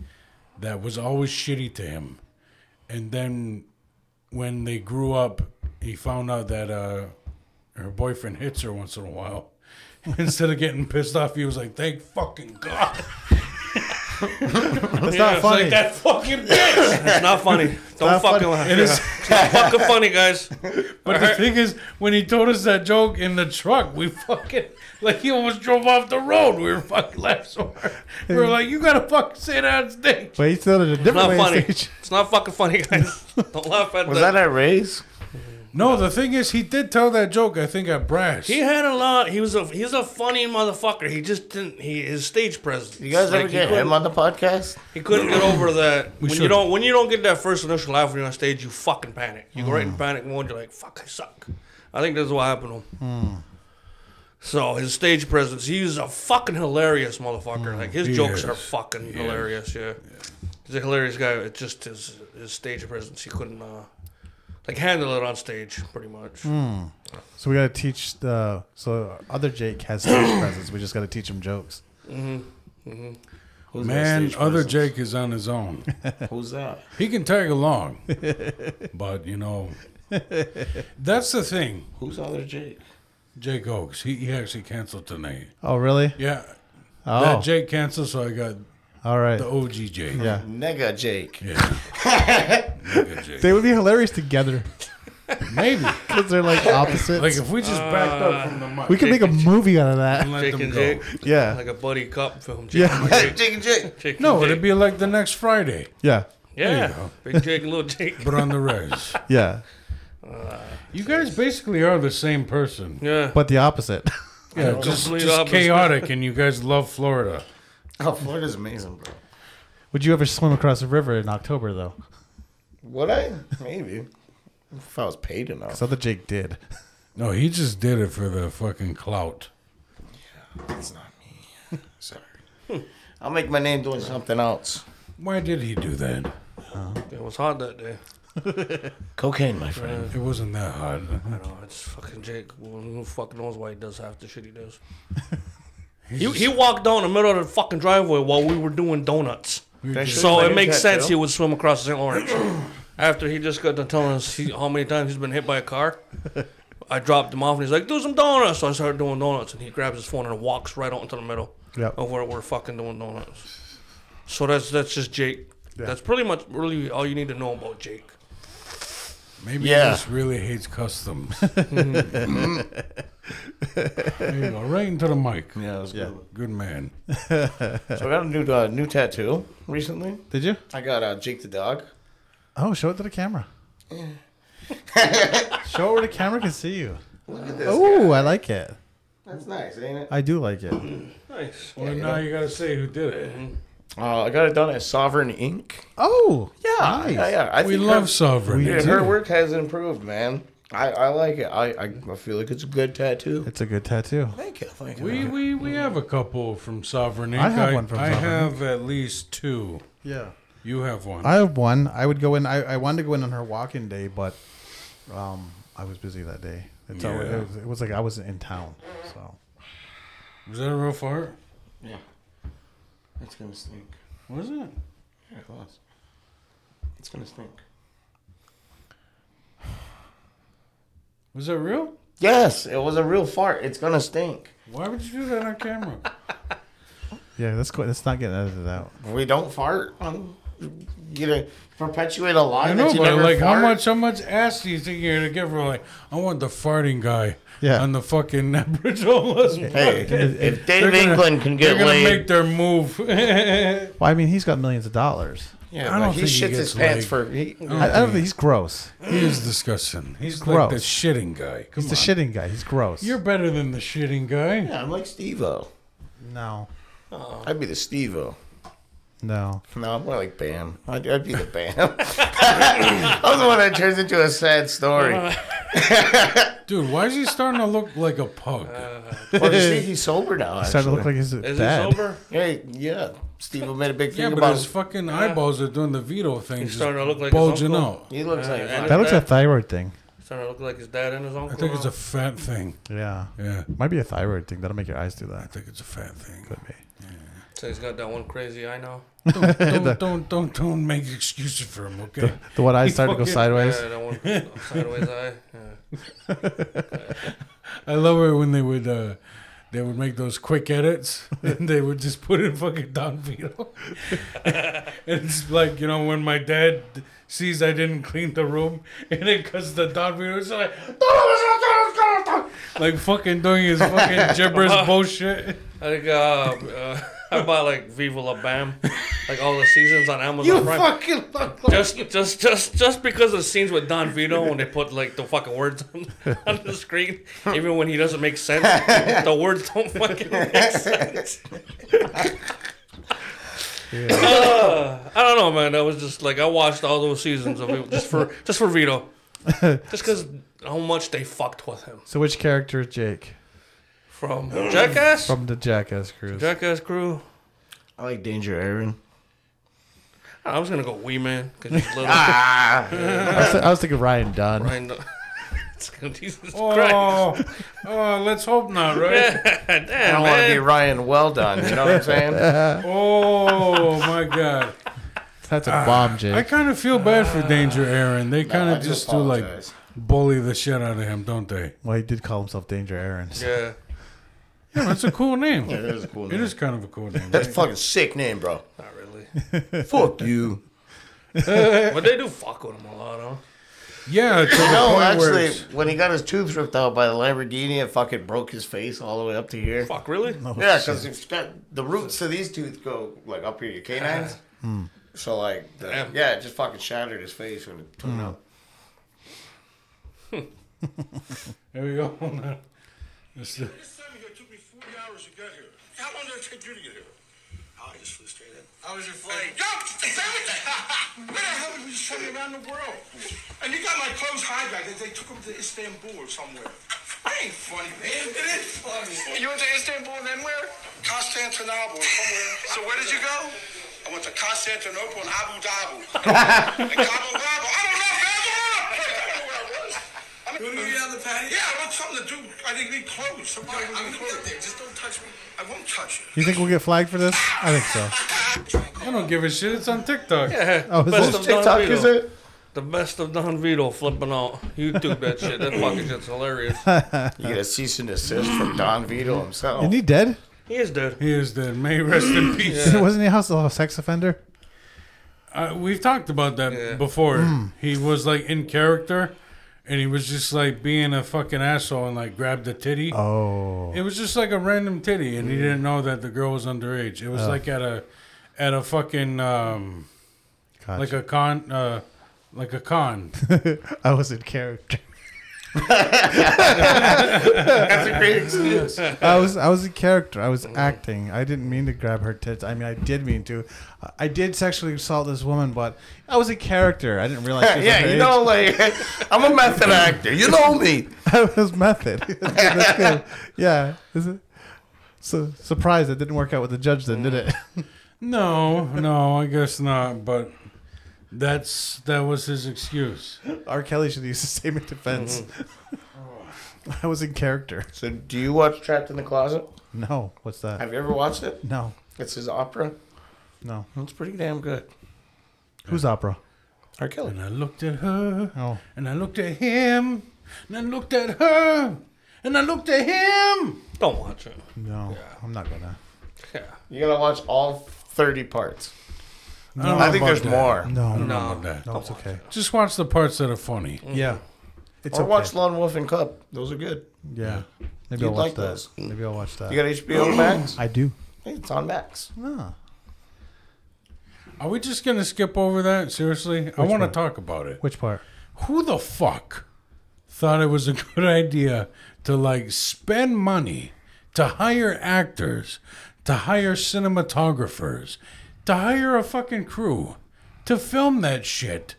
S2: that was always shitty to him, and then when they grew up, he found out that uh, her boyfriend hits her once in a while. Instead of getting pissed off, he was like, "Thank fucking God."
S1: That's
S3: Yeah,
S1: not
S3: it's
S1: funny.
S2: Like that fucking bitch.
S3: It's not funny. Don't
S1: not
S3: fucking
S1: funny.
S3: laugh.
S2: It is-
S3: It's not fucking funny, guys.
S2: But the thing is, when he told us that joke in the truck, we fucking like he almost drove off the road. We were fucking laughing so hard. We were like, "You gotta fucking say that on stage."
S1: but he said it a different
S3: Not
S1: way. on
S3: funny.
S1: stage.
S3: It's not fucking funny, guys. Don't laugh at
S4: Was
S3: that.
S4: that at Ray's?
S2: No, the thing is, he did tell that joke. I think at Brash.
S3: He had a lot. He was a he's a funny motherfucker. He just didn't. He his stage presence.
S4: You guys
S3: like,
S4: ever
S3: he
S4: get
S3: couldn't-
S4: him on the podcast?
S3: He couldn't get over that. when you
S2: should.
S3: don't when you don't get that first initial laugh when you're on stage, you fucking panic. You go right
S2: Mm.
S3: in panic mode. You're like, fuck, I suck. I think that's what happened to him.
S2: Mm.
S3: So his stage presence, he's a fucking hilarious motherfucker. Like his
S2: Mm. He
S3: jokes
S2: is.
S3: are fucking hilarious. Yeah, he's a hilarious guy. It's just his his stage presence. He couldn't uh, like handle it on stage, pretty much.
S2: Mm.
S1: So we got to teach the so other Jake has stage presence. We just got to teach him jokes.
S4: Who's that
S2: Man,
S4: stage
S2: other
S4: person?
S2: Jake is on his own.
S4: Who's that?
S2: He can tag along, but you know, that's the thing.
S4: Who's other Jake?
S2: Jake Oaks, he, he actually canceled tonight.
S1: Oh really?
S2: Yeah,
S1: Oh,
S2: that Jake canceled, so I got
S1: all right.
S2: the OG Jake.
S1: Yeah,
S4: Nega Jake.
S2: yeah. Mega Jake.
S1: they would be hilarious together
S2: Maybe
S1: because they're like opposites.
S2: like if we just backed up from the mic,
S1: we could make a movie out of
S2: and
S1: that.
S2: Uh, let
S3: Jake
S2: them
S3: and
S2: go.
S3: Jake,
S1: Yeah,
S3: like a buddy cop film. Jake
S1: Yeah.
S3: and Jake.
S4: Jake and Jake.
S3: Jake and
S2: No,
S3: Jake.
S2: it'd be like the next Friday,
S1: yeah,
S2: you
S3: yeah,
S2: go.
S3: big Jake and little Jake.
S2: but on the res.
S1: yeah.
S2: You guys basically are the same person.
S3: Yeah,
S1: But the opposite.
S2: Yeah, just,
S3: Complete
S2: just
S3: opposite.
S2: chaotic, and you guys love Florida.
S4: Oh, Florida's amazing, bro.
S1: Would you ever swim across a river in October though?
S4: Would I? Maybe. If I was paid enough.
S1: So other Jake did.
S2: No, he just did it for the fucking clout.
S4: That's not me. Sorry. I'll make my name doing something else.
S2: Why did he do that?
S3: it was hot that day.
S4: Cocaine, my friend.
S2: It wasn't that hard.
S3: I know it's fucking Jake. Well, who fucking knows why he does half the shit he does? He, he walked down the middle of the fucking driveway while we were doing donuts. So it makes sense he would swim across St. Lawrence. After he just got done telling us he, how many times he's been hit by a car, I dropped him off and he's like, do some donuts. So I started doing donuts and he grabs his phone and walks right out into the middle
S1: Yep.
S3: of where we're fucking doing donuts. So that's that's just Jake. That's pretty much really all you need to know about Jake.
S2: Maybe he
S4: Yeah.
S2: just really hates customs. there you go, right into the mic.
S4: Uh, Yeah, it was
S1: Yeah.
S4: good.
S2: Good man.
S4: So I got a new uh, new tattoo recently.
S1: Did you?
S4: I got uh, Jake the dog.
S1: Oh, show it to the camera. show it where the camera can see you.
S4: Look at this.
S1: Oh, I like it.
S4: That's nice, ain't it?
S1: I do like it.
S3: Nice.
S2: Well, now you gotta say who did it.
S4: Uh, I got it done at Sovereign Inc.
S1: Oh,
S4: Yeah, yeah, yeah. I
S2: We
S4: think
S2: love
S4: her,
S2: sovereignty.
S4: yeah, her work has improved, man. I, I like it. I, I I feel like it's a good tattoo.
S1: It's a good tattoo.
S4: Thank you. Thank you.
S2: We, we we have a couple from Sovereign Inc.
S1: I have one from
S2: I
S1: Sovereign
S2: have at least two.
S1: Yeah.
S2: You have one.
S1: I have one. I would go in. I, I wanted to go in on her walk-in day, but um, I was busy that day. It's all-
S2: Yeah.
S1: it, was, it was like I was in town. So
S2: Was that a real fart?
S4: yeah. It's gonna stink.
S2: Was it?
S4: Yeah, it was. It's gonna stink.
S2: Was that real?
S4: Yes, it was a real fart. It's gonna stink.
S2: Why would you do that on camera?
S1: yeah, that's cool. That's not getting edited out.
S4: We don't fart. On, you know, perpetuate a lie
S2: I know,
S4: that you
S2: but
S4: never
S2: like,
S4: fart.
S2: how much, how much ass do you think you're gonna give her? Like, I want the farting guy
S1: Yeah.
S2: on the fucking Aboriginal.
S4: Hey, if, if Dave
S2: gonna-
S4: England can
S2: They're
S4: get
S2: gonna
S4: laid,
S2: make their move. I
S1: Well, I mean, he's got millions of dollars.
S4: yeah,
S2: I
S4: but
S2: don't
S4: he
S2: think he
S4: shits his
S2: gets
S4: pants
S2: laid. Oh.
S4: for. He,
S1: I, I don't think he's gross.
S2: He is disgusting. He's like
S1: Gross.
S2: the shitting guy. Come
S1: He's
S2: on.
S1: the shitting guy. He's gross.
S2: You're better than the shitting guy.
S4: yeah, I'm like Steve-O.
S1: no,
S4: I'd be the
S1: no.
S4: Steve-O. No, I'm more like Bam. I'd, I'd be the Bam. I'm the one that turns into a sad story.
S2: Dude, why is he starting to look like a pug?
S4: Well, you see, he's sober now. Actually.
S1: Starting to look like his
S3: Is
S1: dad.
S3: he sober?
S4: Hey, yeah. Steve-O made a big
S2: yeah,
S4: thing
S2: but
S4: about
S2: his
S4: his.
S2: fucking eyeballs are doing the veto thing.
S3: He's
S2: just
S3: starting to look like his
S2: bulging
S3: uncle.
S2: out.
S4: He looks like.
S3: and-
S1: That looks like a thyroid thing.
S3: Starting to look like his dad and his uncle.
S2: I think it's a fat thing.
S1: Yeah,
S2: Yeah,
S1: might be a thyroid thing. That'll make your eyes do
S2: I
S1: that.
S2: think it's a fat thing.
S1: Could be.
S3: So he's got that one crazy eye now.
S2: Don't don't don't, don't make excuses for him, okay?
S1: The one eye started to go
S2: fucking-
S1: sideways.
S3: Yeah, that one sideways eye. Yeah.
S2: I love it when they would uh, They would make those quick edits, and they would just put in fucking Don Vito. and it's like you know when my dad sees I didn't clean the room, and it cuts the Don Vito. It's like like fucking doing his fucking gibberish bullshit.
S3: Like, uh, uh, I bought like Viva La Bam, like all the seasons on Amazon Prime.
S4: fucking look like-
S3: just, just, just, just because of the scenes with Don Vito when they put like the fucking words on, on the screen, even when he doesn't make sense, the words don't fucking make sense. Uh, I don't know, man. I was just like I watched all those seasons of it just for just for Vito, just because how much they fucked with him
S1: So which character is Jake
S3: from Jackass,
S1: from the Jackass Cruise?
S3: Jackass crew.
S4: I like Danger Aaron.
S3: I was gonna go Wee Man because he's little.
S4: Ah,
S1: I, was I was thinking Ryan Dunn.
S3: Ryan Dun- It's gonna- Jesus Christ.
S2: Oh, oh, let's hope not, right?
S3: Damn,
S4: I don't want to be
S3: man.
S4: Ryan Well done. You know what I'm saying?
S2: Oh my god.
S1: That's
S3: Ah.
S1: a bomb,
S2: I
S1: Jake.
S2: kind of feel bad for Danger Aaron. They kind
S4: I
S2: of
S4: do
S2: just do like
S4: apologize.
S2: bully the shit out of him, don't they?
S1: Well, he did call himself Danger Aaron.
S3: Yeah.
S2: Yeah, that's a cool name.
S4: That is a cool
S2: It
S4: name.
S2: is kind of a cool name.
S4: That's a fucking sick name, bro.
S3: Not really.
S4: Fuck you.
S3: But they do fuck with him a lot, huh?
S2: Yeah, to the
S4: No,
S2: point where
S4: actually,
S2: it's-
S4: when he got his tooth ripped out by the Lamborghini, it fucking broke his face all the way up to here.
S3: Fuck, really?
S4: Yeah, because it's got the roots of these teeth go like up here, your canines. So like, the,
S3: Damn.
S4: yeah, it just fucking shattered his face when it turned out.
S2: there we go. Hold on. It's the-
S5: This time here took me 40 hours to get here. How long did it take you to get here? I just flew straight in. How was your flight? Yo, damn it! Where the hell did we just fly around the world? And you got my clothes hijacked. They took them to Istanbul or somewhere. That ain't funny, man. It is funny. You went to Istanbul and then where? Constantinople or somewhere. So where did you go? I went to Constantinople and Abu Dhabi. and Cabo Wabo. I don't know, man. I don't know where I was. Who do you have the patio? Yeah, I want something to do. I didn't need clothes. Some kind of clothes. there. Just don't touch me. I won't touch you.
S1: You think we'll get flagged for this? I think so.
S2: I don't give a shit. It's on TikTok.
S1: Oh, is
S3: Best
S1: this,
S3: of Don Vito. The best of Don Vito flipping out. YouTube that shit. That fucking shit's hilarious.
S4: You get a cease and desist from Don Vito himself.
S1: isn't he dead?
S3: He is dead.
S2: He is dead. May he rest in peace.
S1: Wasn't he a house- a sex offender?
S2: Uh, we've talked about that
S3: Yeah.
S2: before.
S4: Hmm.
S2: He was like in character, and he was just like being a fucking asshole and like grabbed a titty.
S1: Oh,
S2: It was just like a random titty, and he didn't know that the girl was underage. It was like at a, at a fucking um,
S1: gotcha.
S2: like a con, uh, like a con.
S1: I was in character.
S4: That's a great excuse.
S1: I was I was in character. I
S3: Mm.
S1: was acting. I didn't mean to grab her tits. I mean, I did mean to. I- I did sexually assault this woman, but I was in character. I didn't realize. She was
S4: yeah,
S1: underage.
S4: you know, like I'm a method actor. You know me.
S1: I was method. That's good. Yeah. Is it? So surprised it didn't work out with the judge. Then did
S3: Mm.
S1: it?
S2: no, no, I guess not. But that's that was his excuse.
S1: R. Kelly should use the same in defense. I was in character.
S4: So, do you watch Trapped in the Closet?
S1: No, what's that?
S4: Have you ever watched it?
S1: No,
S4: It's his opera.
S1: no.
S4: It's pretty damn good.
S1: Who's opera?
S4: R. Kelly.
S2: And I looked at her.
S1: Oh,
S2: And I looked at him, and I looked at her, and I looked at him.
S3: Don't watch it.
S1: no, I'm not gonna.
S3: Yeah.
S4: You gotta watch all 30 parts.
S2: I, don't know
S4: I think
S2: about
S4: there's
S2: that.
S4: more.
S1: No, no,
S2: I
S1: no.
S2: don't know about that.
S1: no it's okay.
S2: Just watch the parts that are funny.
S1: Yeah, it's
S4: Or
S1: okay.
S4: watch Lone Wolf and Cub. Those are good.
S1: Yeah, maybe
S4: You'd
S1: I'll watch
S4: like
S1: that.
S4: those.
S1: Maybe I'll watch that.
S4: You got
S1: Oh.
S4: HBO Max?
S1: I do.
S4: Hey, it's on Max.
S1: No.
S2: Are we just gonna skip over that? Seriously, I want to
S1: one?
S2: talk about it.
S1: Which part?
S2: Who the fuck thought it was a good idea to like spend money to hire actors, to hire cinematographers, to hire a fucking crew to film that shit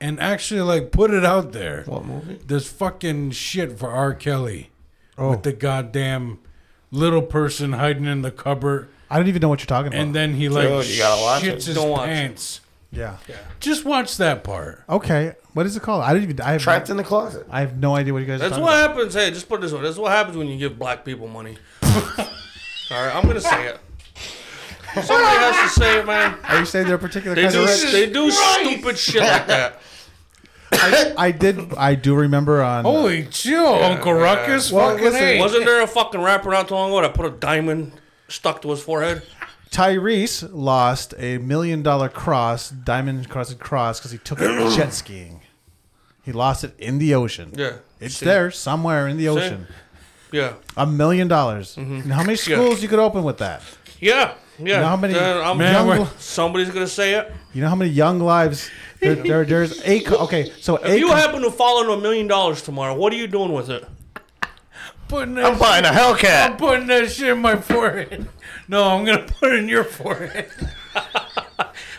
S2: and actually like put it out there?
S4: What movie?
S2: this fucking shit for R. Kelly
S1: Oh,
S2: with the goddamn little person hiding in the cupboard,
S1: I don't even know what you're talking about.
S2: and then he like
S4: Dude, you gotta watch
S2: shits
S4: it.
S2: his
S3: Don't watch it.
S2: pants.
S1: yeah.
S2: Just watch that part.
S1: Okay. What is it called? I don't even. I have.
S4: Trapped in the Closet.
S1: I have no idea what you guys. are
S3: That's
S1: talking
S3: what
S1: about.
S3: happens. Hey, just put it this way. That's what happens when you give black people money. All right, I'm gonna say it. Somebody has to say it, man.
S1: Are you saying they're particular
S3: They
S1: kind
S3: do,
S1: of rich?
S3: they do stupid shit like that.
S1: I, I did. I do remember on.
S2: Holy chill, Uncle Ruckus.
S1: Well,
S2: fucking
S1: listen,
S2: A.
S3: Wasn't there a fucking rapper not too long ago that put a diamond stuck to his forehead?
S1: Tyrese lost a million dollar cross, diamond crossed cross, because he took it jet skiing. He lost it in the ocean.
S3: Yeah.
S1: It's
S3: See?
S1: there somewhere in the ocean.
S3: Yeah.
S1: A million dollars. And How many
S3: Yeah.
S1: schools you could open with that?
S3: Yeah. Yeah.
S1: You know how many
S3: Then I'm-
S2: Man,
S1: young,
S2: we're-
S1: li-
S3: somebody's gonna say it.
S1: you know how many young lives there, there- there's a co- okay so a
S3: If you
S1: co-
S3: happen to fall into a million dollars tomorrow, what are you doing with it?
S2: putting that
S4: I'm buying a
S2: I'm
S4: Hellcat.
S2: putting that shit in my forehead. No, I'm gonna put it in your forehead.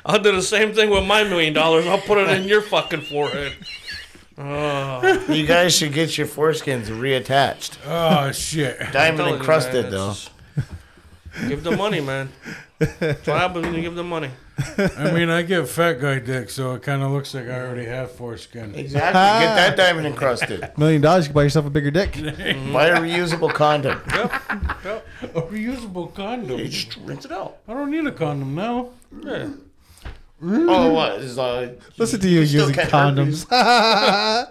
S3: I'll do the same thing with my million dollars. I'll put it in your fucking forehead.
S4: You guys should get your foreskins reattached.
S2: Oh shit.
S4: Diamond
S3: telling you,
S4: encrusted,
S3: man,
S4: though.
S3: it's just- Give the money, man. That's what happens when you give the money.
S2: I mean, I get fat guy dick, so it kind of looks like I already have foreskin.
S4: Exactly. Get that diamond encrusted.
S1: million dollars you could buy yourself a bigger dick
S4: Buy a reusable condom.
S2: A reusable condom.
S4: Just rinse it out.
S2: I don't need a condom now.
S3: Yeah.
S4: Oh, what? Is, uh,
S1: listen to you
S4: still
S1: using
S4: can't
S1: condoms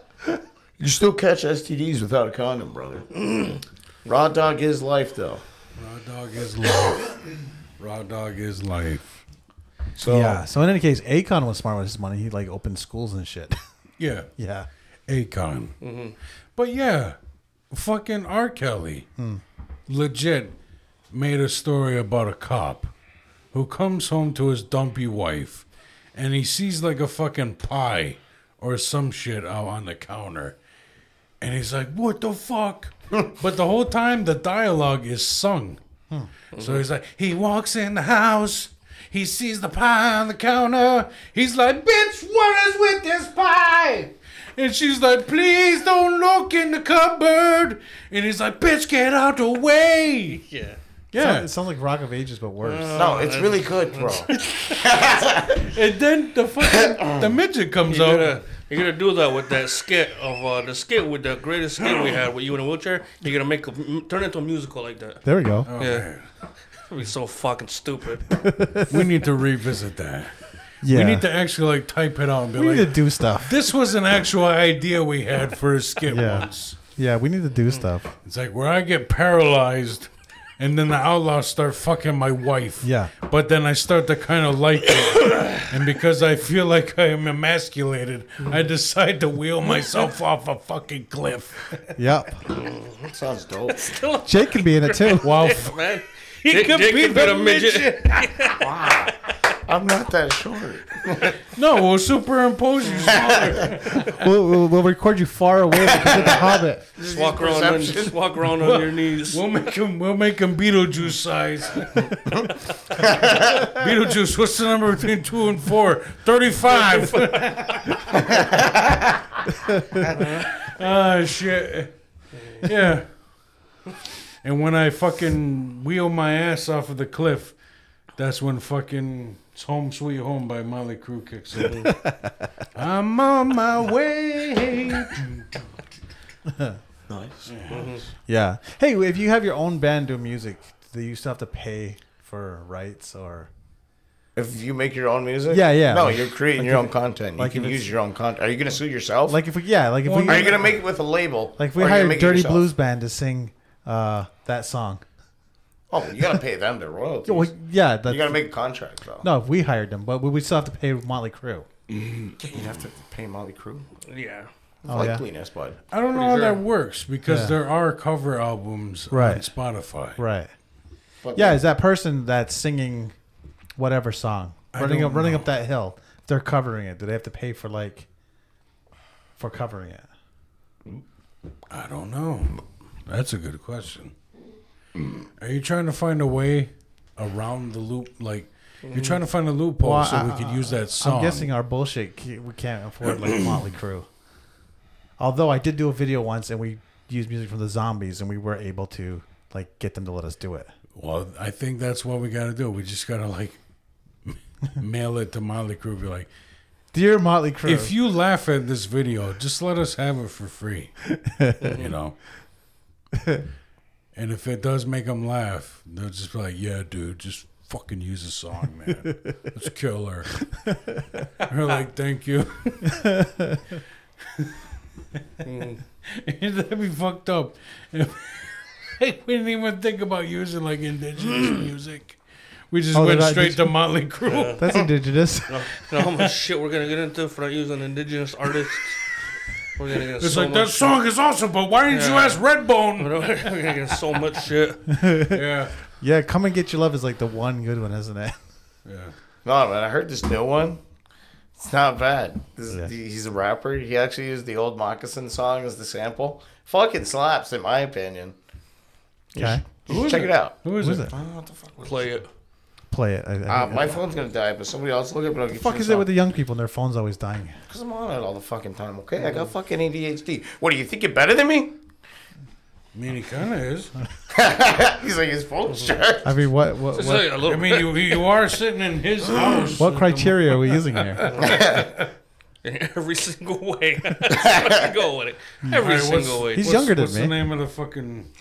S4: you still catch STDs without a condom, brother. Raw dog is life, though.
S2: Raw dog is life. Raw dog is life.
S4: So
S1: yeah so in any case Akon was smart with his money he like opened schools and shit
S2: Yeah,
S1: yeah
S2: Akon. But yeah, fucking R. Kelly, legit, made a story about a cop who comes home to his dumpy wife, and he sees like a fucking pie or some shit out on the counter, and he's like, "What the fuck?" but the whole time the dialogue is sung.
S1: Mm-hmm.
S2: So he's like, he walks in the house. He sees the pie on the counter. He's like, bitch, what is with this pie? And she's like, please don't look in the cupboard. And he's like, bitch, get out the way.
S3: Yeah.
S1: yeah
S2: Yeah.
S1: it sounds like Rock of Ages but worse
S4: no, it's really good, bro.
S2: and then the
S1: Um,
S2: fucking, the midget comes
S3: You gotta,
S2: out.
S3: you're gonna do that with that skit of uh, the skit with the greatest skit we had with you in a wheelchair. You're gonna make a, m- turn it into a musical like that.
S1: there we go
S3: Yeah. It'd be so fucking stupid.
S2: We need to revisit that.
S1: yeah
S2: We need to actually like type it out and be
S1: we need to
S2: like,
S1: do stuff
S2: this was an actual idea we had for a skit
S1: Yeah.
S2: once.
S1: yeah we need to do stuff
S2: It's like where I get paralyzed, and then the outlaws start fucking my wife.
S1: Yeah.
S2: But then I start to kind of like it, and because I feel like I am emasculated, I decide to wheel myself off a fucking cliff.
S1: yep
S4: Sounds dope.
S1: Jake can be in it too
S2: While f-
S3: Man,
S2: he
S3: Jake-
S2: could
S3: Jake
S2: be
S3: could
S2: the
S3: be the midget.
S2: midget.
S4: I'm not that short.
S2: No, we'll superimpose you. smaller.
S1: we'll, we'll, we'll record you far away like you did the Hobbit
S3: just walk around, on,
S4: Perception.
S3: just walk around on your knees.
S2: We'll make him. We'll make him Beetlejuice size. Beetlejuice. What's the number between two and four? Thirty-five. Ah shit. Yeah. And when I fucking wheel my ass off of the cliff, that's when fucking it's "Home Sweet Home" by Molly Crew kicks in. I'm on my way.
S4: Nice.
S1: yeah hey if you have your own band do music do you still have to pay for rights or
S4: If you make your own music,
S1: Yeah, yeah.
S4: No,
S1: Like-
S4: you're creating your own content. You
S1: like
S4: can
S1: if it's-
S4: use your own content. Are you gonna sue yourself?
S1: like if we yeah like if we
S4: are you gonna make it with a label?
S1: Like if
S4: Or
S1: we
S4: are you gonna
S1: hired
S4: make it
S1: Dirty
S4: yourself?
S1: Blues Band to sing uh, that song.
S4: Oh, you gotta pay them their royalties.
S1: Well, yeah,
S4: you gotta
S1: that,
S4: make a contract though.
S1: no, if we hired them, but we would still have to pay Motley Crue.
S4: You have to pay Molly Crew.
S3: Yeah.
S1: Oh, yeah.
S4: Likeliness, bud.
S2: I don't know how that works because
S1: Yeah.
S2: there are cover albums on
S1: Right.
S2: Spotify.
S1: Right.
S4: But
S1: Yeah, is that person that's singing whatever song running
S2: don't
S1: up running
S2: know.
S1: up that hill? If they're covering it, do they have to pay for like for covering it?
S2: I don't know. That's a good question. Are you trying to find a way around the loop? Like you're trying to find a loophole
S1: Well,
S2: so
S1: I-
S2: we could use that song.
S1: I'm guessing our bullshit ca- we can't afford like Motley Crue. Although I did do a video once and we used music from the Zombies and we were able to like get them to let us do it.
S2: Well, I think that's what we got to do. We just got to like mail it to Molly Crew. Be like,
S1: Dear Motley Crue,
S2: if you laugh at this video, just let us have it for free. you know. And if it does make them laugh, they'll just be like, "Yeah, dude, just fucking use the song, man. It's killer." They're like, "Thank you."
S3: Mm.
S2: That'd be fucked up. we didn't even think about using like indigenous music. We just
S1: Oh,
S2: went
S1: they're not
S2: straight to Motley Crue.
S1: That's indigenous.
S3: You know how much shit we're gonna get into for not using indigenous artists. We're gonna get
S2: It's
S3: so
S2: like that
S3: much.
S2: song is awesome, but why didn't you
S3: Yeah.
S2: ask Redbone?
S3: We're gonna get so much shit.
S2: yeah,
S1: Yeah, come and get your love is like the one good one, isn't it?
S2: yeah.
S4: No, man, I heard this new one. It's not bad. This is,
S1: Yeah.
S4: He's a rapper. He actually used the old Moccasin song as the sample. Fucking slaps, in my opinion.
S1: Okay,
S4: You should check it, out.
S2: Who is
S1: Who's
S2: it? Ah,
S1: it?
S4: Oh, what the fuck? was-
S3: Play it.
S1: Play it. I, I
S4: Uh,
S1: think-
S4: my phone's gonna die, but somebody else look it, but I'll get
S1: fuck is it with the young people and their phones always dying?
S4: Because I'm on it all the fucking time, okay? I got fucking ADHD. What, do you think you're better than me?
S2: I mean, he kind of is.
S1: Oh.
S4: He's like, his phone's charged.
S1: I mean, what what
S3: Just
S1: what,
S3: like a
S2: I
S3: little
S2: mean, you you are sitting in his house.
S1: what criteria are we using here?
S3: in every single way. That's what you go with it. Every
S2: Alright, what's-
S3: single way.
S1: He's younger than
S2: what's
S1: me.
S2: the name of the fucking?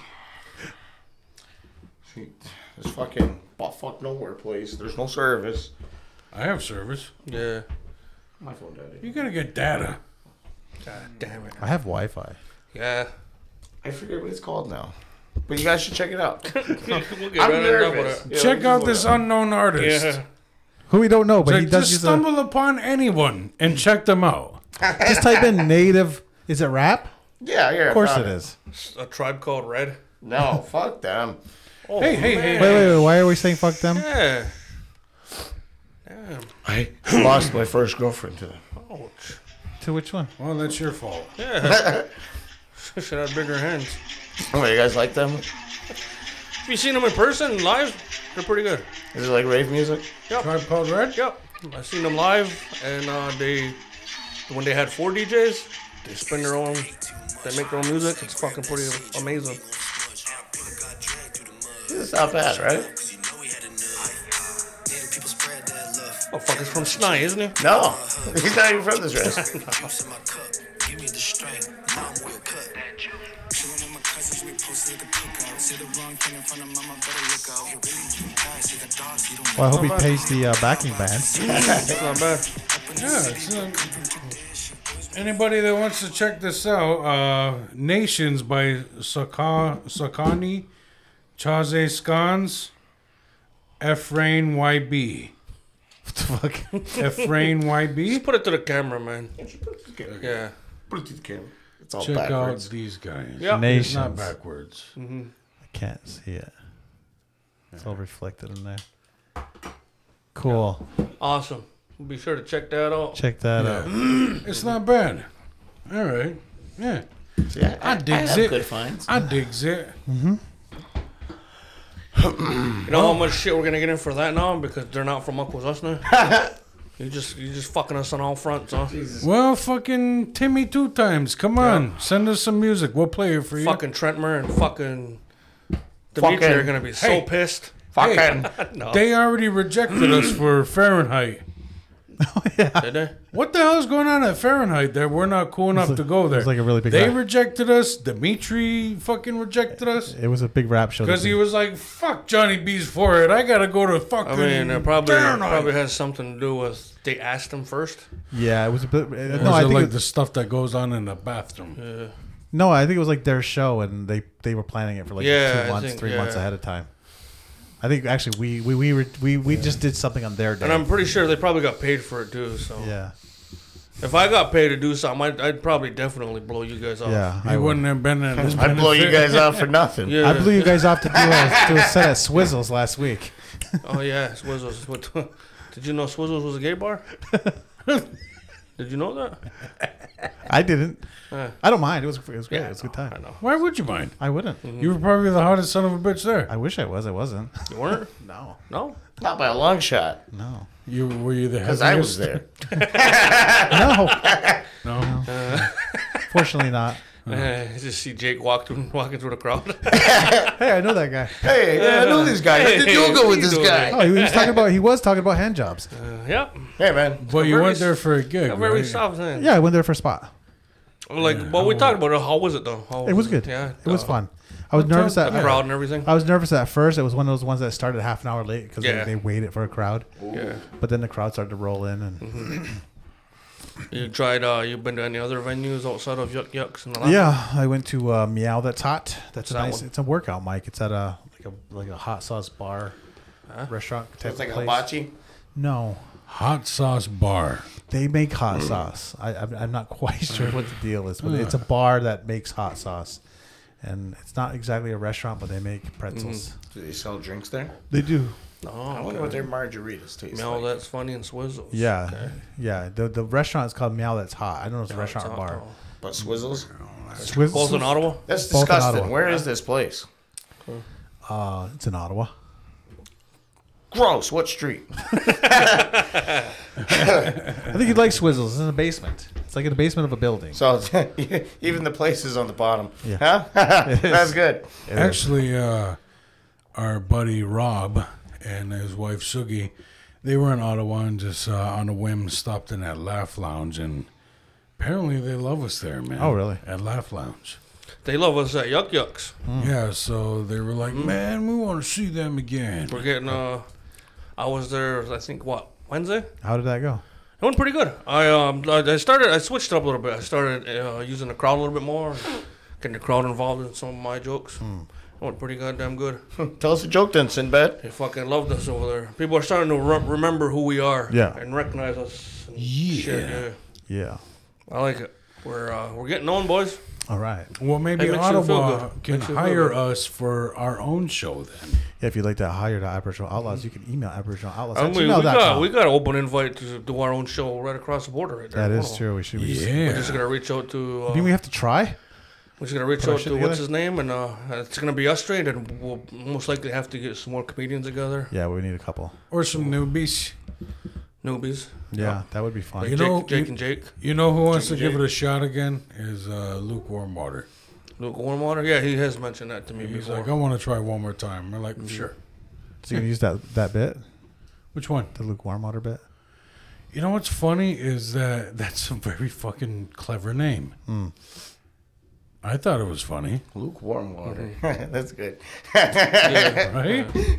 S4: This fucking butt fuck nowhere place. There's no service.
S2: I have service.
S3: Yeah.
S4: My phone died.
S2: You gotta get data.
S3: Damn it.
S1: I have Wi-Fi.
S3: Yeah.
S4: I forget what it's called now. But you guys should check it out.
S3: we'll get
S4: I'm
S3: right on top
S4: nervous.
S3: of
S4: Yeah,
S2: Check
S4: just
S2: out
S4: look
S2: this
S4: it up.
S2: unknown
S3: that.
S2: artist.
S3: Yeah.
S1: Who we don't know, but
S2: Like,
S1: he does
S2: just
S1: use a,
S2: stumble upon anyone and check them out.
S1: just type in native. Is it rap?
S4: Yeah, yeah.
S1: Of course it is.
S3: A tribe called Red.
S4: No, fuck them.
S3: Oh,
S2: hey, hey, hey,
S1: Wait, wait, wait. Why are we saying fuck them?
S3: Yeah.
S4: I lost my first girlfriend to them.
S3: Ouch.
S1: To which one?
S2: Well, that's your fault.
S3: Should have bigger hands.
S4: Oh, you guys like them?
S3: Have you seen them in person live? They're pretty good.
S4: Is it like rave music?
S2: Tribe Called Red?
S3: Yep. I seen them live, and uh, they when they had four DJs, they spin their own, they make their own music. It's fucking pretty amazing.
S4: It's not bad, right?
S3: Oh fuck, it's from Snai, isn't it?
S4: No, he's not even from this race.
S1: Well, I hope he pays the uh, backing band.
S3: It's not bad.
S2: Yeah. it's, um, anybody that wants to check this out, uh, Nations by Saka, Sakani, Chaze Scans, Efrain YB.
S1: What the fuck?
S2: Efrain YB?
S3: Put it to the camera, man. Yeah.
S4: Put it to the camera. It's all
S2: Check out
S4: backwards.
S2: these guys.
S3: Yeah.
S2: It's not
S1: Nations. I
S2: backwards.
S1: can't see it. It's all reflected in there. Cool.
S3: Awesome. Be sure to check that out.
S1: Check that out.
S2: It's not bad. All right. Yeah.
S4: Yeah,
S2: I digs
S4: have
S2: it.
S4: Good finds.
S2: I digs it.
S3: You know how much shit we're gonna get in for that now because they're not from Uncle's Us now. you just you just fucking us on all fronts, huh?
S2: Well, fucking Timmy two times. Come on, send us some music. We'll play it for you.
S3: Fucking Trentmer and fucking Dimitri
S4: Fucking-
S3: are gonna be so
S2: Hey.
S3: pissed.
S4: Fucking.
S3: No,
S2: They already rejected us for Fahrenheit.
S3: did they?
S2: What the hell's going on at Fahrenheit that we're not cool enough
S1: like-
S2: to go there?
S1: it's like a really big
S2: They
S1: guy.
S2: rejected us. Dimitri fucking rejected us
S1: It was a big rap show.
S2: because
S1: that
S2: he
S1: did-
S2: was like, "Fuck Johnny B's forehead. I gotta go to fucking."
S3: I mean, it probably
S2: Fahrenheit."
S3: probably has something to do with they asked him first.
S1: yeah, it was a bit. uh,
S2: Or
S1: no,
S2: is
S1: I
S2: it
S1: think
S2: like
S1: it,
S2: the stuff that goes on in the bathroom?
S1: no, I think it was like their show, and they they were planning it for like
S3: Yeah, I
S1: two months,
S3: think-
S1: three months
S3: yeah.
S1: ahead of time. I think actually we we we were, we, we just did something on their day.
S3: And I'm pretty sure they probably got paid for it too. So
S1: yeah,
S3: if I got paid to do something, I'd, I'd probably definitely blow Oh, you guys off.
S1: yeah.
S2: I
S1: I would.
S2: wouldn't have been at his
S4: I blow you guys out for nothing.
S3: Yeah.
S1: I blew you guys off to do a, to a set at Swizzles last week.
S3: Oh yeah, Swizzles. What, did you know Swizzles was a gay bar? did you know that?
S1: I didn't.
S3: Yeah.
S1: I don't mind. It was it was great.
S3: Uh. Yeah,
S1: it was a
S3: no,
S1: good time.
S3: I know. Mm.
S2: Why would you mind?
S1: I wouldn't.
S2: You were probably the hottest son of a bitch there.
S1: I wish I was. I wasn't.
S3: You weren't?
S1: No.
S3: No.
S4: Not by a long shot,
S1: No.
S2: You were you the
S4: because I was there.
S1: No.
S2: No.
S1: Fortunately not.
S3: Eh, I just see Jake walk through, walking through the crowd.
S1: Hey, I know that guy.
S4: Hey, yeah, I know this guy. I did
S3: Hey,
S4: yoga
S3: what
S4: with
S3: you
S4: this
S3: doing?
S4: guy.
S1: Oh, he was talking about he was talking about hand jobs.
S3: yep.
S4: Hey, man.
S2: But you
S3: very
S2: went
S3: s-
S2: there for a gig.
S3: I'm very
S2: right?
S3: soft man.
S1: Yeah, I went there for a spot.
S3: Like, but we talked about it. How was it though? How
S1: It was good.
S3: Yeah.
S1: it was
S3: uh,
S1: fun. I was nervous
S3: The
S1: at
S3: crowd and everything.
S1: I was nervous at first. It was one of those ones that started half an hour late because
S3: Yeah. um,
S1: they, they waited for a crowd.
S3: yeah. Mm-hmm.
S1: But then the crowd started to roll in, and
S3: You tried? Uh, you been to any other venues outside of Yuck Yucks? And
S1: Yeah, I went to uh, Meow. That's hot. That's a
S3: that
S1: nice.
S3: one?
S1: It's a workout, Mike. It's at a like a like a hot sauce bar, restaurant type
S4: It's like
S1: of
S4: a
S1: place.
S4: hibachi.
S1: No,
S2: Hot sauce bar.
S1: they make hot
S3: Mm.
S1: sauce. I, I'm, I'm not quite sure what the deal is, but it's a bar that makes hot sauce, and it's not exactly a restaurant, but they make pretzels.
S3: Mm-hmm.
S4: Do they sell drinks there?
S1: They do.
S4: I
S3: Oh,
S4: wonder what their margaritas taste
S3: Mel,
S4: like.
S3: that's funny and swizzles.
S1: Yeah, yeah. The the restaurant is called Meow. That's hot. I don't know if it's a restaurant or bar.
S4: But swizzles?
S1: Swiss,
S3: Calls in Ottawa.
S4: That's
S1: Both in
S4: disgusting.
S1: Ottawa.
S4: Where is this place?
S1: uh, it's in Ottawa.
S4: Gross. What street?
S1: I think you'd like Swizzles. It's in the basement. It's like in the basement of a building.
S4: So even the place is on the bottom.
S1: Yeah.
S4: Huh? that's good.
S2: Actually, uh, our buddy Rob and his wife Sugi, they were in Ottawa and just uh, on a whim stopped in at Laugh Lounge, and apparently they love us there, man.
S1: Oh, really?
S2: At Laugh Lounge.
S3: They love us at Yuck Yucks.
S1: Hmm.
S2: Yeah, so they were like, man, we want to see them again.
S3: We're getting. Uh, I was there. I think what Wednesday.
S1: How did that go?
S3: It went pretty good. I um I I started I switched it up a little bit. I started uh, using the crowd a little bit more, getting the crowd involved in some of my jokes.
S1: Hmm.
S3: It went pretty goddamn good.
S4: Tell us a joke then, Sinbad.
S3: They fucking loved us over there. People are starting to re- remember who we are.
S1: Yeah.
S3: And recognize us. And
S2: Yeah.
S3: shit, yeah.
S1: Yeah.
S3: I like it. We're uh, we're getting known, boys.
S1: All right.
S2: Well, maybe
S3: Hey, makes you feel
S2: Ottawa
S3: good.
S2: can
S3: Makes you feel
S2: hire
S3: good.
S2: us for our own show then.
S1: Yeah, if you'd like to hire the Aboriginal Outlaws, you can email Aboriginal Outlaws.
S3: I mean, we got we got an open invite to do our own show right across the border. Right there.
S1: that
S3: Hold
S1: is
S3: on.
S1: true. We should. We just,
S2: Yeah.
S3: We're just gonna reach out to. Uh,
S1: I mean, we have to try.
S3: We're just gonna reach
S1: Put our
S3: out
S1: shit
S3: to what's
S1: together.
S3: his name, and uh, it's gonna be us straight, and we'll most likely have to get some more comedians together,
S1: Yeah, we need a couple.
S2: Or some newbies.
S3: newbies.
S1: Yeah, that would be fun.
S2: You
S3: Jake,
S2: know,
S3: Jake
S2: you-
S3: and Jake,
S2: You know who wants to
S4: Jake.
S2: give it a shot again? Is uh, Luke Warmwater.
S3: Luke Warmwater. Yeah, he has mentioned that to me
S2: He's
S3: before.
S2: like, I want to try one more time. We're like, sure.
S1: So you can use that that bit,
S2: Which one?
S1: the lukewarm water bit.
S2: You know what's funny is that that's a very fucking clever name. I thought it was funny,
S4: Lukewarm water. that's good.
S2: right?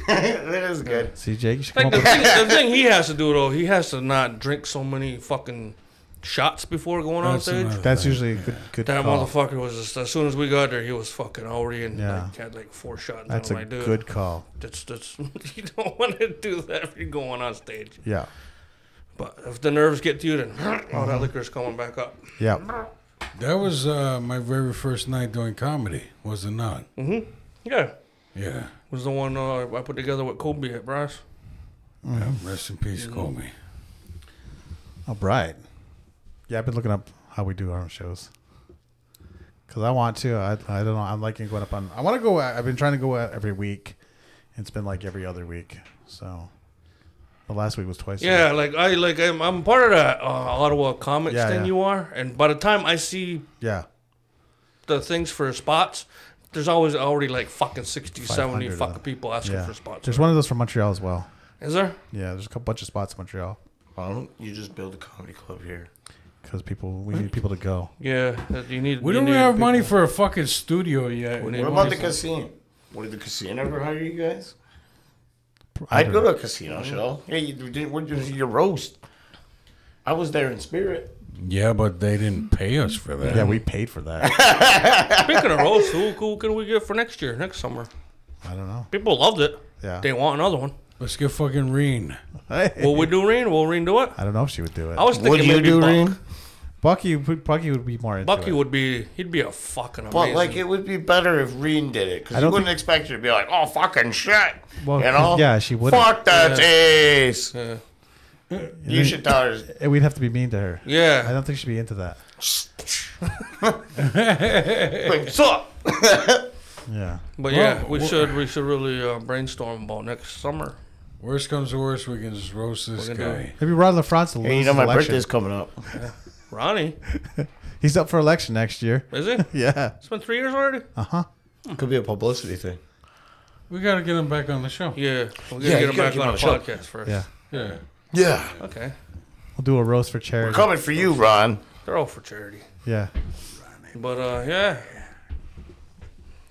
S4: that is good.
S1: See, Jake, you should come
S3: Like
S1: up
S3: the
S1: with,
S3: thing, the thing he has to do though, he has to not drink so many fucking shots before going
S2: That's
S3: on stage.
S2: another
S1: that's
S2: thing.
S1: usually a good good
S3: That
S1: call.
S3: motherfucker was just as soon as we got there, he was fucking already and
S1: Yeah.
S3: like, had like four shots.
S1: That's
S3: i
S1: a
S3: like, dude,
S1: good call.
S3: That's that's you don't want to do that if you're going on stage.
S1: Yeah,
S3: But if the nerves get to you, then all
S1: Uh-huh.
S3: that liquor's coming back up.
S1: yeah.
S2: That was uh, my very first night doing comedy, was it not?
S3: Mm-hmm. Yeah,
S2: Yeah.
S3: was the one uh, I put together with Kobe at Brass.
S2: Yeah, Rest in
S3: Mm-hmm.
S2: peace, Comey.
S1: All right. Yeah, I've been looking up how we do our own shows. Cause I want to. I, I don't know. I'm liking going up on. I want to go. I've been trying to go out every week. It's been like every other week. So, the last week was twice. a
S3: Yeah, like I like I'm, I'm part of that uh, Ottawa comics
S1: Yeah,
S3: thing
S1: yeah.
S3: you are, and by the time I see
S1: week. Yeah.
S3: the things for spots, there's always already like fucking 60, 70
S1: 500 of
S3: fucking
S1: them.
S3: people asking
S1: Yeah.
S3: for spots.
S1: There's one of those from Montreal as well.
S3: Is there?
S1: Yeah, there's a couple bunch of spots in Montreal
S4: Why don't you just build a comedy club here?
S1: because people we need people to go.
S3: Yeah, that you need.
S2: We
S3: you
S2: don't
S3: need
S2: have
S3: people.
S2: money for a fucking studio yet.
S3: We need
S4: What about the
S3: money.
S4: casino? Would the casino ever hire you guys?
S1: I
S4: I'd go to a casino show. Hey, you did what you- your roast? I was there in spirit.
S2: Yeah, but they didn't pay us for that.
S1: Yeah, we paid for that.
S3: Speaking of roast, who, who can we get for next year, next summer?
S1: I don't know.
S3: People loved it.
S1: Yeah.
S3: They want another one.
S2: Let's get fucking Reen.
S1: Hey.
S3: Will we do Reen? Will Reen do it?
S1: I don't know if she would do it.
S3: I was thinking
S4: Would you
S3: maybe
S4: do
S3: Buck.
S4: Reen?
S1: Bucky, would- Bucky would be more into
S3: Bucky
S1: it.
S3: would be. He'd be a fucking amazing.
S4: But like, it would be better if Reen did it because
S1: I
S4: you
S1: don't
S4: wouldn't expect her to be like, "Oh, fucking shit,"
S1: Well,
S4: you know?
S1: yeah, she wouldn't.
S4: Fuck that taste.
S3: Yeah.
S4: You should tell her.
S1: And We'd have to be mean to her. I
S3: yeah.
S1: don't think she'd be into that.
S4: Like, sup?
S1: Yeah.
S3: But yeah,
S2: Well,
S3: we
S2: well-
S3: should we should really uh, brainstorm about next summer.
S2: Worst comes to worst, we can just roast this
S3: can do
S2: guy.
S1: Maybe Rod LaFrance will lose
S4: Hey, you know
S1: his
S4: my
S1: election.
S4: birthday's coming up.
S3: Ronnie,
S1: He's up for election next year.
S3: is it? It's
S1: Yeah.
S3: been three years already.
S4: Could be a publicity thing.
S2: We gotta get him back on the show.
S3: Yeah, we're gonna
S4: Yeah, you
S3: get him
S4: gotta
S3: back
S4: keep
S3: on
S4: on
S3: a
S4: the show.
S3: podcast first.
S1: Yeah.
S2: Yeah.
S4: Yeah,
S3: Okay,
S1: We'll do a roast for charity.
S4: coming for you, Ron.
S3: they're all for charity.
S1: Yeah.
S3: But uh, yeah.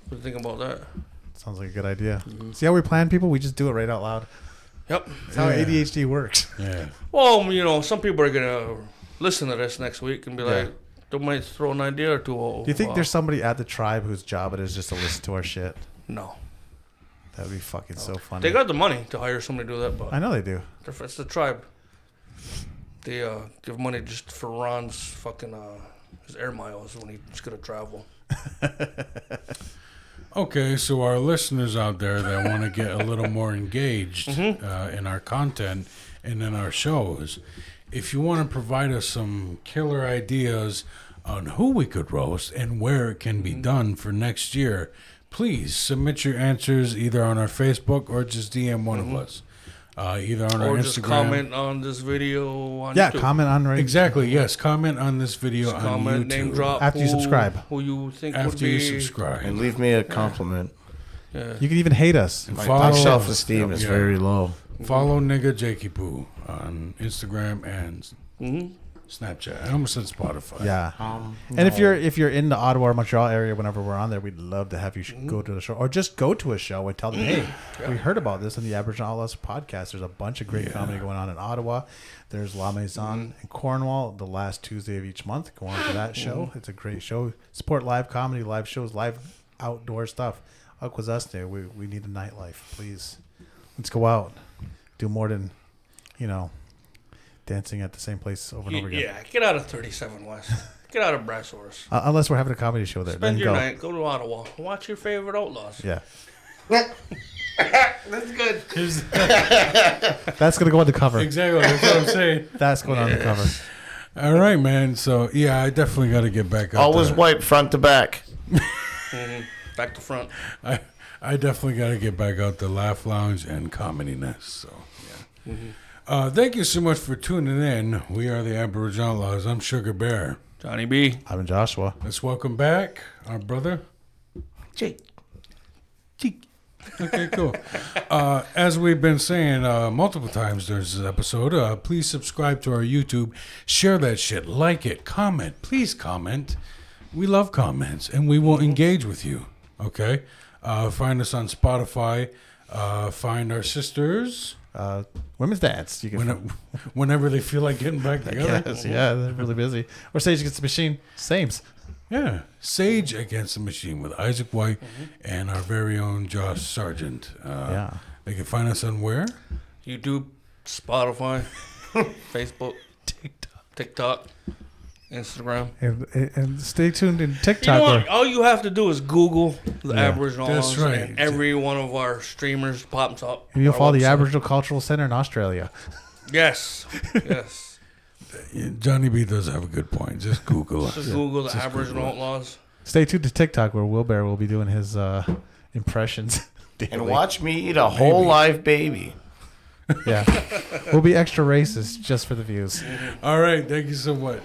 S3: What do you think about that?
S1: Sounds like a good idea.
S4: Mm-hmm.
S1: See how we plan people? We just do it right out loud.
S3: Yep. um,
S1: That's how ADHD works.
S2: Yeah.
S3: Well, you know, some people are gonna listen to this next week and be
S1: Yeah.
S3: like, they might throw an idea or two. uh,
S1: Do you think there's somebody at the tribe whose job it is just to listen to our shit?
S3: no?
S1: That would be fucking so funny.
S3: They got the money to hire somebody to do that, but
S1: I know they do.
S3: They're- It's the tribe. They uh, give money just for Ron's fucking uh, his air miles when he's gonna travel.
S2: Okay, so our listeners out there that want to get a little more engaged
S3: Mm-hmm.
S2: uh, in our content and in our shows, if you want to provide us some killer ideas on who we could roast and where it can be
S3: Mm-hmm.
S2: done for next year, please submit your answers either on our Facebook or just DM one of us, uh, either on our
S3: Mm-hmm. or
S2: Instagram.
S3: just comment on this video on
S1: Yeah,
S3: YouTube.
S1: comment on right
S2: Exactly. Yes, comment on this video on
S3: comment,
S2: YouTube
S3: name drop
S1: After you
S3: who-
S1: subscribe.
S3: Who you think would
S2: after
S3: be
S2: you subscribe.
S4: And leave me a compliment.
S1: You can even hate us.
S2: And
S4: My
S2: follow
S4: self
S2: us.
S4: esteem is
S2: Yeah.
S4: very low.
S2: Follow nigga Jakey Poo on Instagram and Snapchat. I almost said Spotify.
S1: Yeah.
S3: Um,
S1: and if you're if you're in the Ottawa or Montreal area, whenever we're on there, we'd love to have you sh-
S3: Mm-hmm.
S1: go to the show or just go to a show and tell them, hey, we heard about this in the Aboriginal Outlaws podcast. There's a bunch of great comedy going on in Ottawa. There's La Maison
S3: Mm-hmm.
S1: in Cornwall the last Tuesday of each month. Go on to that show.
S3: Mm-hmm.
S1: It's a great show. Support live comedy, live shows, live outdoor stuff. Aquazuste, we we need a nightlife, please. Let's go out, do more than, you know, dancing at the same place over and
S3: Y-
S1: over again.
S3: Yeah, get out of 37 West. get out of Brassource.
S1: Uh, unless we're having a comedy show there,
S3: Spend
S1: then go.
S3: your night. Go to Ottawa. Watch your favorite outlaws.
S1: Yeah,
S4: That's good.
S1: that's gonna go on the cover.
S2: Exactly. That's what I'm saying.
S1: That's going on the cover.
S2: All right, man. So, yeah, I definitely got to get back out
S4: Always
S2: there.
S4: wipe front to back.
S3: Back to front.
S2: I, I definitely got to get back out to Laugh Lounge and Comedy Nest. So, yeah. Uh, thank you so much for tuning in. We are the Aboriginal Laws. I'm Sugar Bear.
S3: Johnny B.
S1: I'm in Joshua.
S2: Let's welcome back our brother.
S3: Jake.
S2: Okay, cool. Uh, as we've been saying uh, multiple times during this episode, uh, please subscribe to our YouTube, share that shit, like it, comment. Please comment. We love comments, and we will engage with you. Okay, uh, find us on Spotify. Uh, find our sisters
S1: Uh, women's dance. You can.
S2: when, whenever they feel like getting back together.
S1: yes, yeah, they're really busy. Or Sage Against the Machine. Sames.
S2: Yeah, Sage Against the Machine with Isaac White and our very own Josh Sargent. Uh,
S1: Yeah.
S2: They can find us on where?
S3: YouTube, Spotify, Facebook, TikTok, TikTok, Instagram.
S1: And, and, and stay tuned in
S3: You know
S1: TikTok.
S3: what? All you have to do is Google the Aboriginal
S2: That's
S3: Islands,
S2: right.
S3: and every one of our streamers pops up.
S1: and you'll
S3: Our
S1: follow the
S3: website.
S1: Aboriginal Cultural Center in Australia.
S3: Yes, yes.
S2: Yeah, Johnny B does have a good point. Just Google
S3: Just
S2: it.
S3: Google the Aboriginal Outlaws.
S1: Stay tuned to TikTok where Will Bear will be doing his uh, impressions.
S4: And watch me eat a whole live baby.
S1: Yeah. we'll be extra racist just for the views.
S2: All right. Thank you so much.